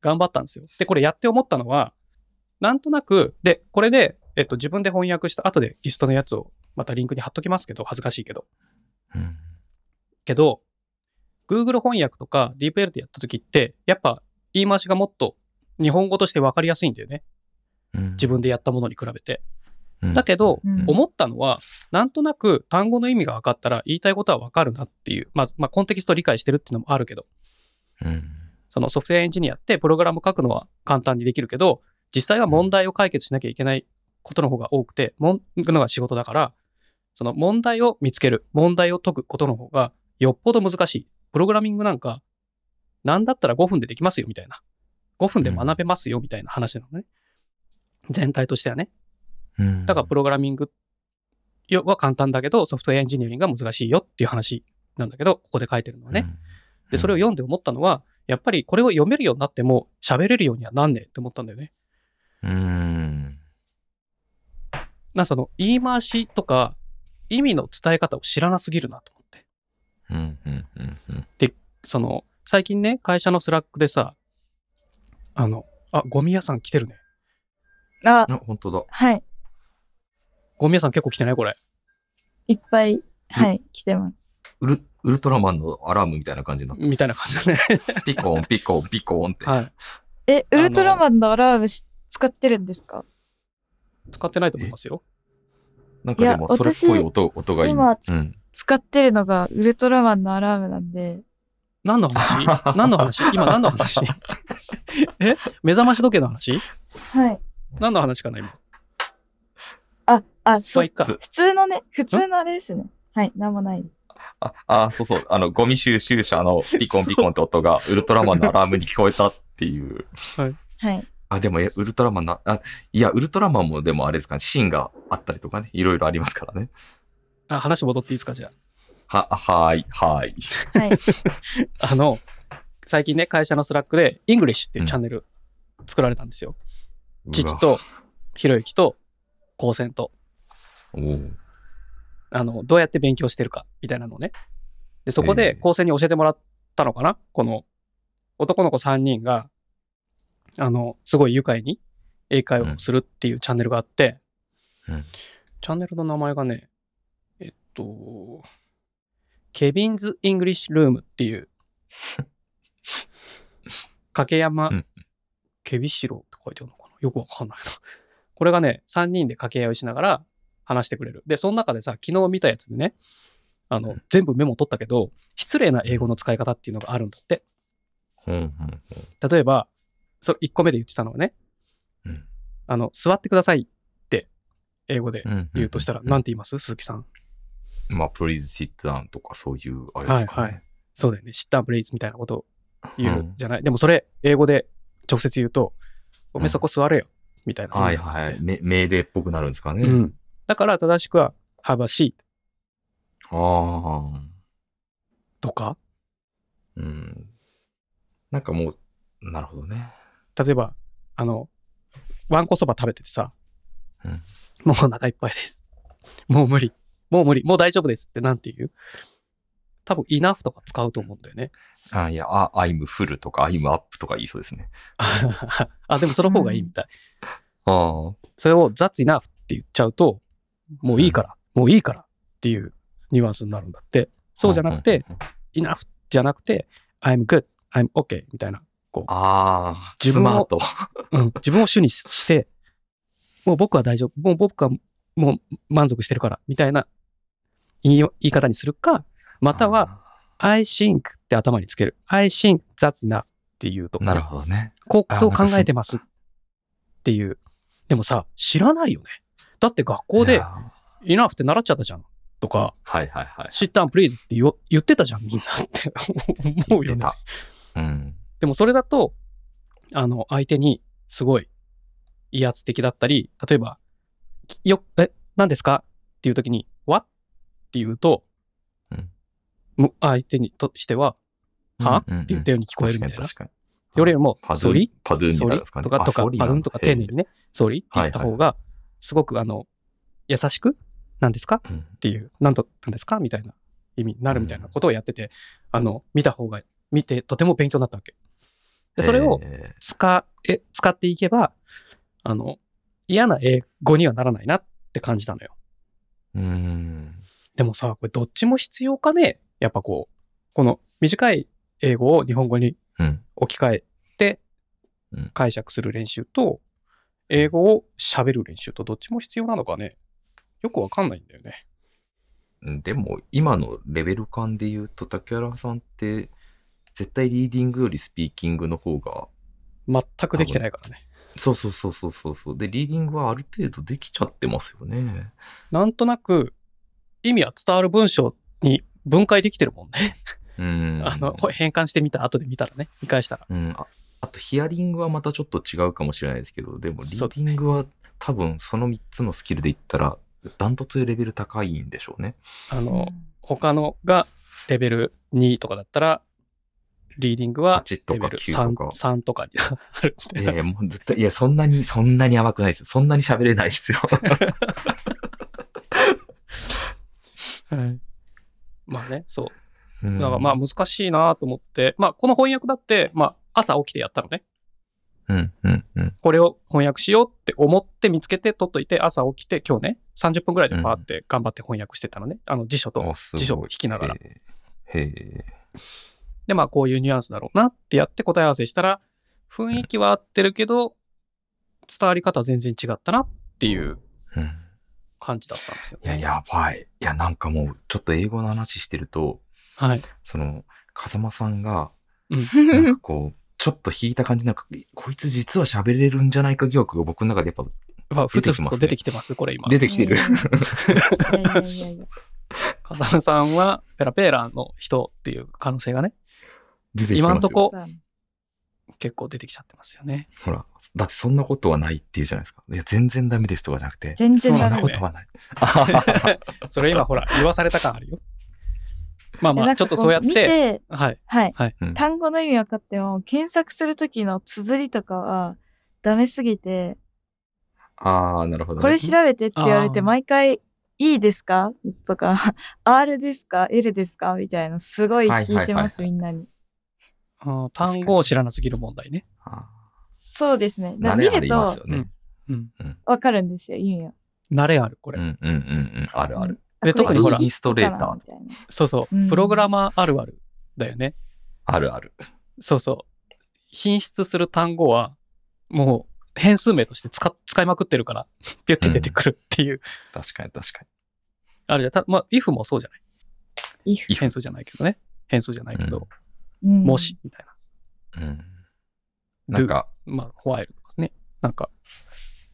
S1: 頑張ったんですよ。で、これやって思ったのは、なんとなく、で、これで、えっと、自分で翻訳した後でギストのやつをまたリンクに貼っときますけど、恥ずかしいけど。
S2: うん。
S1: けど、Google 翻訳とか DeepL でやった時って、やっぱ言い回しがもっと日本語として分かりやすいんだよね。
S2: うん
S1: 自分でやったものに比べて。
S2: うん
S1: だけど、
S3: うん
S1: 思ったのは、なんとなく単語の意味が分かったら言いたいことは分かるなっていう、まあ、まあ、コンテキストを理解してるっていうのもあるけど、
S2: うん。
S1: そのソフトウェアエンジニアってプログラム書くのは簡単にできるけど、実際は問題を解決しなきゃいけないことの方が多くて、もんのが仕事だから、その問題を見つける、問題を解くことの方がよっぽど難しい。プログラミングなんかなんだったら5分でできますよ、みたいな。5分で学べますよ、みたいな話なのね。全体としてはね。
S2: うん
S1: だからプログラミングは簡単だけど、ソフトウェアエンジニアリングが難しいよっていう話なんだけど、ここで書いてるのはね。。で、それを読んで思ったのは、やっぱりこれを読めるようになっても喋れるようにはなんねえって思ったんだよね。
S2: うん。
S1: なんかその言い回しとか意味の伝え方を知らなすぎるなと思って。
S2: うん。うん。うん。うん。
S1: その、最近ね、会社のスラックでさ、あの、あ、ゴミ屋さん来てるね。
S3: あ、
S2: あ、本当だ。
S3: はい。
S1: ゴミ屋さん結構来てないこれ。
S3: いっぱい、はい、来てます。
S2: ウル、ウルトラマンのアラームみたいな感じになっ
S1: みたいな感じだね。
S2: て、ピコン、ピコン、ピコンって。
S1: はい。
S3: え、ウルトラマンのアラームし使ってるんですか
S1: 使ってないと思いますよ。
S2: なんかでも、
S3: いや
S2: それっぽい音、音がいい。
S3: 今
S2: う
S3: つ
S2: ん。
S3: 使ってるのがウルトラマンのアラームなんで、
S1: 何の話何の話今何の話 え目覚まし時計の話
S3: はい。
S1: 何の話かな今。
S3: あ、あ、
S1: ま
S3: そ
S1: あ、いうっ。か。
S3: 普通のね、普通のあれですね。はい、なんもない。
S2: あ、あ、そうそう。あの、ゴミ収集車のピコンピコンって音が、ウルトラマンのアラームに聞こえたっていう。
S3: はい。
S2: あ、でも、えウルトラマンな、あ、いや、ウルトラマンもでもあれですかね、シーンがあったりとかね、いろいろありますからね。
S1: あ話戻っていいですかじゃ
S2: は、はーい、はーい。
S3: はい。
S1: あ。あの、最近ね、会社のスラックで、イングリッシュっていうチャンネル作られたんですよ。キチと、ひろゆきと、高専と、
S2: うわ。おう
S1: あの、どうやって勉強してるか、みたいなのをね。で、そこ
S2: え
S1: で
S2: え
S1: 高専に教えてもらったのかなこの、男の子3人が、あの、すごい愉快に英会話をするっていうチャンネルがあって、
S2: うん
S1: チャンネルの名前がね、えっと、ケビンズ・イングリッシュ・ルームって いう、掛山
S2: うん、
S1: ケビシロって書いてあるのかなよくわかんないな。これがね、3人で掛け合いをしながら話してくれる。で、その中でさ、昨日見たやつでね、あの、全部メモ取ったけど、失礼な英語の使い方っていうのがあるんだって。
S2: うんうん
S1: 例えば、それ1個目で言ってたのはね、
S2: うん
S1: あの、座ってくださいって、英語で
S2: うんん
S1: 言うとしたら、
S2: ん
S1: なんて言います鈴木さん。
S2: まあ、プリーズシットダウンとかそういう、あれですかね。
S1: はいはそうだよね、シッターブレイズみたいなことを言
S2: う
S1: うんじゃない。でもそれ、英語で直接言うと、おめ
S2: う
S1: え
S2: ん
S1: そこ座れよ、みたいな。
S2: はいはい。め命令っぽくなるんですかね。
S1: うん。だから正しくは、have a seat
S2: ああ。
S1: とか、
S2: うん。なんかもう、なるほどね。
S1: 例えば、あの、わんこそば食べててさ、
S2: うん
S1: もうお腹いっぱいです。もう無理。もう無理。もう大丈夫ですってなんて言う多分、enough とか使うと思うんだ よね。
S2: あいや、あ、I'm full とか I'm up とか言いそうですね。
S1: あ、でもその方がいいみたい。
S2: ああ。
S1: それを That's enough って言っちゃうと、もういいから、もういいからっていうニュアンスになるんだって。そうじゃなくて、
S2: うんうんうん。
S1: enough じゃなくて、I'm good, I'm okay みたいな。
S2: ああ、
S1: 自
S2: 自
S1: 分
S2: 分
S1: を
S2: スマート。
S1: うん、自分を主にして、もう僕は大丈夫。もう僕はもう満足してるからみたいな言い言い方にするか、または、I think って頭につける。I think that's enough っていうと
S2: あー、なるほどね。
S1: こう、
S2: あ
S1: そう
S2: なん
S1: 考
S2: か
S1: えてますっていう。でもさ、知らないよね。だって学校
S2: い
S1: で
S2: や、ー
S1: enough って習っちゃったじゃん。とか、
S2: はいはいはい。
S1: sit down please って言お言ってたじゃん、みんなって思うよ
S2: 出
S1: ね。
S2: た。うん。
S1: でもそれだと、あの、相手にすごい威圧的だったり、例えば、きよ、え、何ですかっていう時に、what? って言うと、
S2: うん
S1: む相手にとしては、は、
S2: うんうんうん
S1: って言ったように聞こえるみたいな。
S2: 確かに確かに。
S1: よりも、
S2: パドゥ
S1: sorry?
S2: ン、パドゥンみた
S1: ソ
S2: い
S1: ー
S2: な
S1: リ
S2: んですか
S1: ー
S2: ね。
S1: とかと
S2: あ
S1: か、パドンとか丁寧。にね、ソーリーって言った方が、すごくあの、優しく、何ですか
S2: ソーリーなんだへー
S1: っていう、なんと、なんですかみたいな意味になるみたいなことをやってて、あの、見た方が、見てとても勉強になったわけ。
S2: うん
S1: で、それを
S2: えー
S1: 使え、使っていけば、あの、嫌な英語にはならないなって感じたのよ。
S2: うん。
S1: でもさ、これどっちも必要かねやっぱこう、この短い英語を日本語に
S2: うん。
S1: 置き換えて
S2: うん
S1: 解釈する練習と、英語を喋る練習とどっちも必要なのかねよくわかんないんだよね。
S2: でも今のレベル感で言うと竹原さんって絶対リーディングよりスピーキングの方が
S1: 全くできてないからね。
S2: そうそうそうそうそうそうでリーディングはある程度できちゃってますよね
S1: なんとなく意味は伝わる文章に分解できてるもんね。
S2: うん。
S1: あの、変換してみた、後で見たらね、見返したら。
S2: うん、ああとヒアリングはまたちょっと違うかもしれないですけどでもリ
S1: そう
S2: ー
S1: で
S2: ディングは多分その3つのスキルで言ったらダントツレベル高いんでしょうね。
S1: あ
S3: う
S1: の、
S3: ん
S1: 他のがレベル2とかだったら、リーディングは
S2: 8と
S1: レベ
S2: か
S1: ル
S2: 9
S1: 3
S2: とか。
S1: 3とかにあるみたい
S2: え
S1: な。
S2: えもう絶対、いや、そんなに、そんなにやばくないです。そんなに喋れな いですよ。
S1: はいまあね、そう。
S2: うん
S1: だからまあ難しいなと思って、まあこの翻訳だって、まあ朝起きてやったのね。
S2: うん、うん、うん。
S1: これを翻訳しようって思って見つけて取っといて、朝起きて今日ね、30分ぐらいでパーって頑張って翻訳してたのね。あの辞書と
S2: あすごい
S1: 辞書を引きながら。
S2: へえへ
S1: で、まあこういうニュアンスだろうなってやって答え合わせしたら、雰囲気は合ってるけど、伝わり方は全然違ったなっていう
S2: えうん。
S1: 感じだったんですよ、
S2: いや、
S1: ね。
S2: やばい。いや、なんかもう、ちょっと英語の話してると、
S1: はい。
S2: その、風間さんが、なん
S3: う
S2: かこう、ちょっと引いた感じなんか、こいつ実は喋れるんじゃないか疑惑が僕の中でやっ
S1: まあ、ふ
S2: 出
S1: つふ
S2: てきますね
S1: つと出てきてます、これ今
S2: ぱ。出てきてる。
S3: んいやいやいや いや
S1: 風間さんは、ペラペラの人っていう可能性がね、
S2: 出てきてますよ
S1: 今んとこ結構出てきちゃってますよ ね。
S2: ほら、だってそんなことはないって言うじゃないですか。いや、全然ダメですとかじゃなくて、
S3: 全然
S2: そ
S3: ダ
S2: んな
S3: メ
S2: こ
S1: ね
S2: とはない。
S1: それ今ほら、言わされた感あるよ。まあ
S3: いや
S1: ま
S3: な
S1: あ、
S3: ん
S1: ちょ
S3: か
S1: っとそうやっ
S3: こ見
S1: て、
S3: て、
S1: はい。
S3: はい。
S2: うん
S3: 単語の意味分かっても、検索するときの綴りとかはダメすぎて、
S2: ああ、なるほど、ね。
S3: これ調べてって言われて、
S1: あー
S3: 毎回、いいですか とか、R ですか ?L ですかみたいな、すごい聞いてます、
S2: は
S3: みんなに。
S1: うん単語を知らなすぎる問題ね。
S2: あ
S3: そうですね。
S2: ー
S3: だ
S2: 慣れ
S3: 見
S2: あり
S3: る
S2: ます
S3: と、
S2: よね。
S1: うん。
S3: わかるんですよ、意味は。
S1: 慣れある、こ
S2: う
S1: れ。
S2: んうんうんうん。あるある。
S3: あ
S1: で
S3: これ
S1: 特にほら
S2: アドミニストレーター
S3: みたいな
S1: そうそうう。
S3: ん
S1: プログラマーあるあるだよね。
S2: あるある。
S1: そうそう。品質する単語は、もう変数名として使っ使いまくってるから、ピュって出てくるっていう。
S2: 確かに確か
S1: あれじゃ、たまあ、if もそうじゃない。
S3: if
S1: 変数じゃないけどね。変数じゃないけど、
S3: うん
S1: もし、みたい
S2: に。うん。
S1: な。
S2: なんか、
S1: do まあ、while とかね。なんか、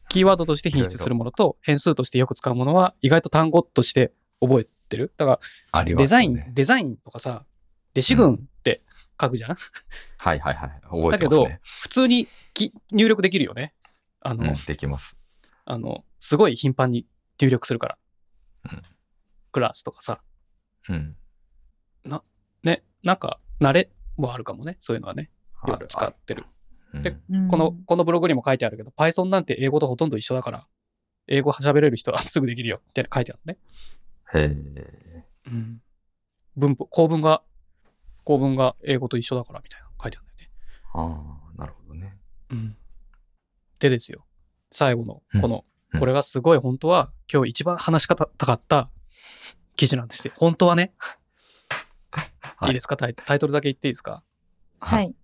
S1: キーワードとして品質するものと、変数としてよく使うものは、意外と単語として覚えてる。だから、
S2: あり
S1: デ
S2: ますよね。
S1: ザイン、デザインとかさ、デシ群って書くじゃん、
S2: はいはいはい。覚え
S1: だ
S2: て
S1: け
S2: ます
S1: ど
S2: ね。、
S1: 普通にき入力できるよね。あ
S2: う
S1: の、
S2: ん、できます。
S1: あの、すごい頻繁に入力するから。
S2: うん
S1: クラスとかさ、
S2: うん。
S1: ね、なんか、慣れもあるかもね、そういうのはね、よく使ってる。
S2: うん
S1: で
S3: うん
S1: この、このブログにも書いてあるけど、Python なんて英語とほとんど一緒だから、英語喋れる人は すぐできるよ、みたいな書いてあるのね。
S2: へ
S1: うん。文法、構文が、構文が英語と一緒だから、みたいな書いてあるんだよね。
S2: ーああ、なるほどね。
S1: うん。でですよ、最後の、この、
S2: うん
S1: これがすごい本当は、今日一番話し方たかった記事なんですよ。本当はね。
S2: はい
S1: いいですかタイタイトルだけ言っていいですか
S3: は。い。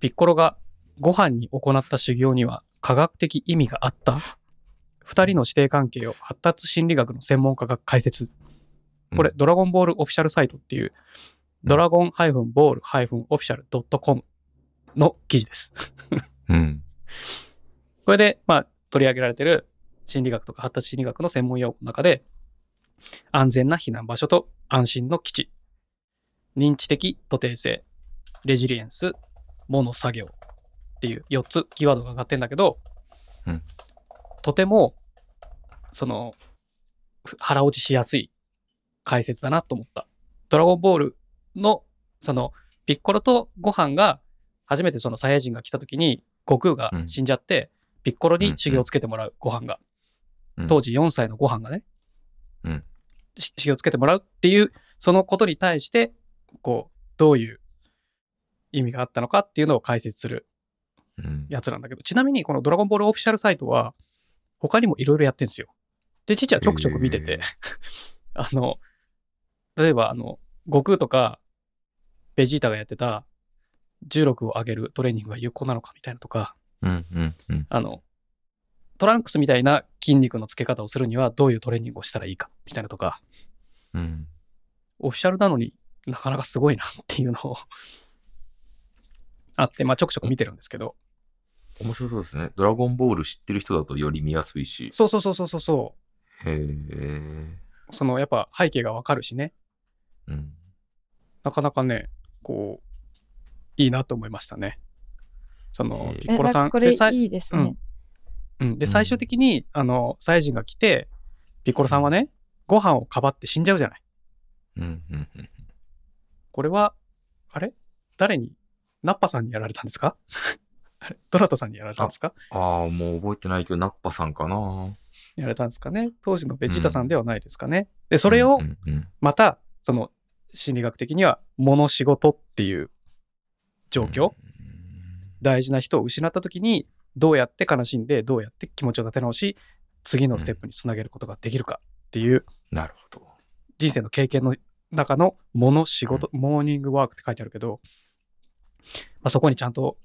S1: ピッコロがご飯に行った修行には科学的意味があった二人の師弟関係を発達心理学の専門家が解説。これ、
S2: うん
S1: ドラゴンボールオフィシャルサイトっていう、ドラゴンボールオフィシャル .com の記事です。
S2: うん。
S1: これで、まあ、取り上げられてる心理学とか発達心理学の専門用語の中で、安全な避難場所と安心の基地、認知的徒定性、レジリエンス、モノ作業っていう4つキーワードが上がってんだけど、
S2: うん
S1: とても、その、ふ腹落ちしやすい解説だなと思った。ドラゴンボールの、その、ピッコロとご飯が、初めてそのサイヤ人が来た時に、悟空が死んじゃって、ピッコロに修行をつけてもらう、ご飯が。
S2: うん
S1: 当時4歳のご飯がね、
S2: うん
S1: し修行をつけてもらうっていう、そのことに対して、こう、どういう意味があったのかっていうのを解説する
S2: うん。
S1: やつなんだけど、ちなみにこのドラゴンボールオフィシャルサイトは、他にもいろいろやってんですよ。で、父はちょくちょく見てて、 あの、例えば、あの、悟空とか、ベジータがやってた、重力を上げるトレーニングが有効なのかみたいなとか、
S2: うんうんうん。
S1: あの、トランクスみたいな筋肉のつけ方をするにはどういうトレーニングをしたらいいかみたいなとか、
S2: うん。
S1: オフィシャルなのになかなかすごいなっていうのを あって、まあちょくちょく見てるんですけど、
S2: 面白そうですね。ドラゴンボール知ってる人だとより見やすいし。
S1: そうそうそうそうそうそ
S2: へえ。
S1: う、そのやっぱ背景がわかるしね、
S2: うん。
S1: なかなかね、こう、いいなと思いましたね。その、
S2: え
S1: ピッ
S3: え
S1: コロさ
S3: なん
S1: ん
S3: か、これ
S1: でさ
S3: いいですね。
S1: うん、で、
S2: うん
S1: 最終的に、あの、サイジンが来て、ピッコロさんはね、ご飯をかばって死んじゃうじゃない。
S2: うんうんうん
S1: これは、あれ誰にナッパさんにやられたんですか あれどなたさんにやられたんですか
S2: ああ、もう覚えてないけど、ナッパさんかな。
S1: やられたんですかね当時のベジータさんではないですかね。で、それを
S2: うんうんうん
S1: また、その、心理学的には、物仕事っていう状況、大事な人を失った時に、どうやって悲しんで、どうやって気持ちを立て直し、次のステップにつなげることができるかっていう、
S2: なるほど。
S1: 人生の経験の中のもの仕事、モーニングワークって書いてあるけど、まあ、そこにちゃんと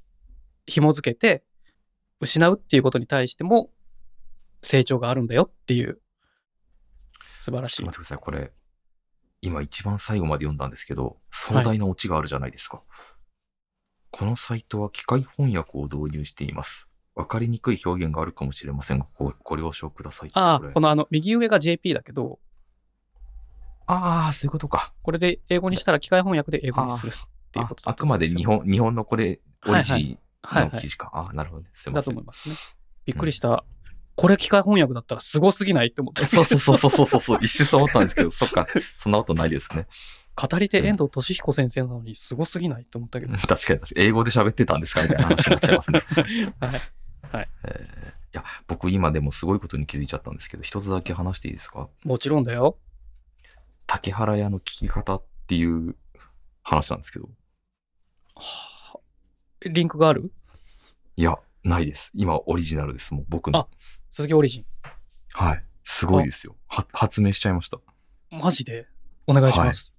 S1: 紐付けて失うっていうことに対しても成長があるんだよっていう素晴らし
S2: ち
S1: い
S2: ょっと待ってください、これ。今一番最後まで読んだんですけど、壮大なオチがあるじゃないですか。このサイトは機械翻訳を導入しています。わかりにくい表現があるかもしれませんが、ごご了承ください。
S1: あ
S2: こ
S1: あ
S2: れ
S1: このあの右上が JP だけど
S2: あー、そういうことか。
S1: これで英語にしたら機械翻訳で英語にするっていう
S2: あ
S1: こと
S2: あくまで日
S1: 本
S2: 本、日本のこれ、オリジ
S1: はい
S2: ンの
S1: はい
S2: 記事か。あーなるほどね。すいま
S1: だ
S2: せ
S1: と思い
S2: ん。
S1: ますねびっくりした、これ機械翻訳だったらすごすぎないって思って
S2: そうそうそうそうそうそう。一瞬そう思ったんですけど、そっか、そんなことないですね。
S1: 語り手遠藤俊彦先生なのにすごすぎないって思ったけど
S2: うん確かに確かに。英語で喋ってたんですかみたいな話になっちゃいますね。
S1: はい
S2: えーいや、僕今でもすごいことに気づいちゃったんですけど、一つだけ話していいですか
S1: もちろんだよ。
S2: 竹原屋の聞き方っていう話なんですけど、
S1: はあリンクがある
S2: いや、ないです。今オリジナルです。もう僕の。
S1: 鈴木オリジン。
S2: はい。すごいですよ。は発明しちゃいました。
S1: マジでお願いします。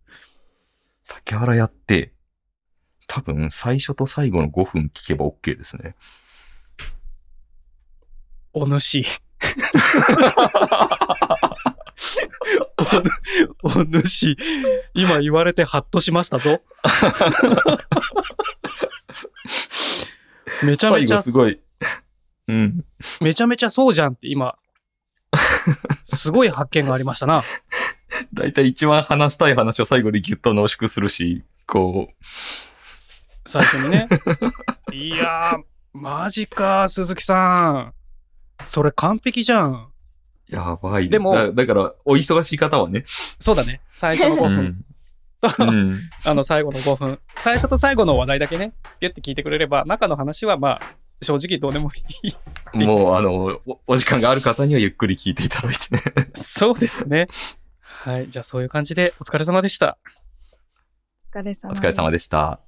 S2: 竹原屋って、多分最初と最後の5分聞けば OK ですね。
S1: お主。おお主。今言われてハッとしましたぞ。 めちゃめ
S2: 最
S1: ち
S2: 後
S1: ゃ
S2: す、ごい。うん。
S1: めちゃめちゃそうじゃんって今、すごい発見がありましたな。
S2: だいたい一番話したい話を最後にギュッと濃縮するし、こう、
S1: 最初にね。いやー、マジか、鈴木さん。それ完璧じゃん。
S2: やばいす
S1: でも
S2: だだから、お忙しい方はね。
S1: そうだね。最初の5
S2: う
S1: 分。
S2: ん。うん
S1: あの最後の5分最初と最後の話題だけねピュッて聞いてくれれば中の話はまあ正直どうでもいい
S2: もう、あのお、お時間がある方にはゆっくり聞いていただいてね。
S1: そうですねはいじゃあそういう感じでお疲れ様でした
S3: お疲れ様
S2: お疲れ様でした。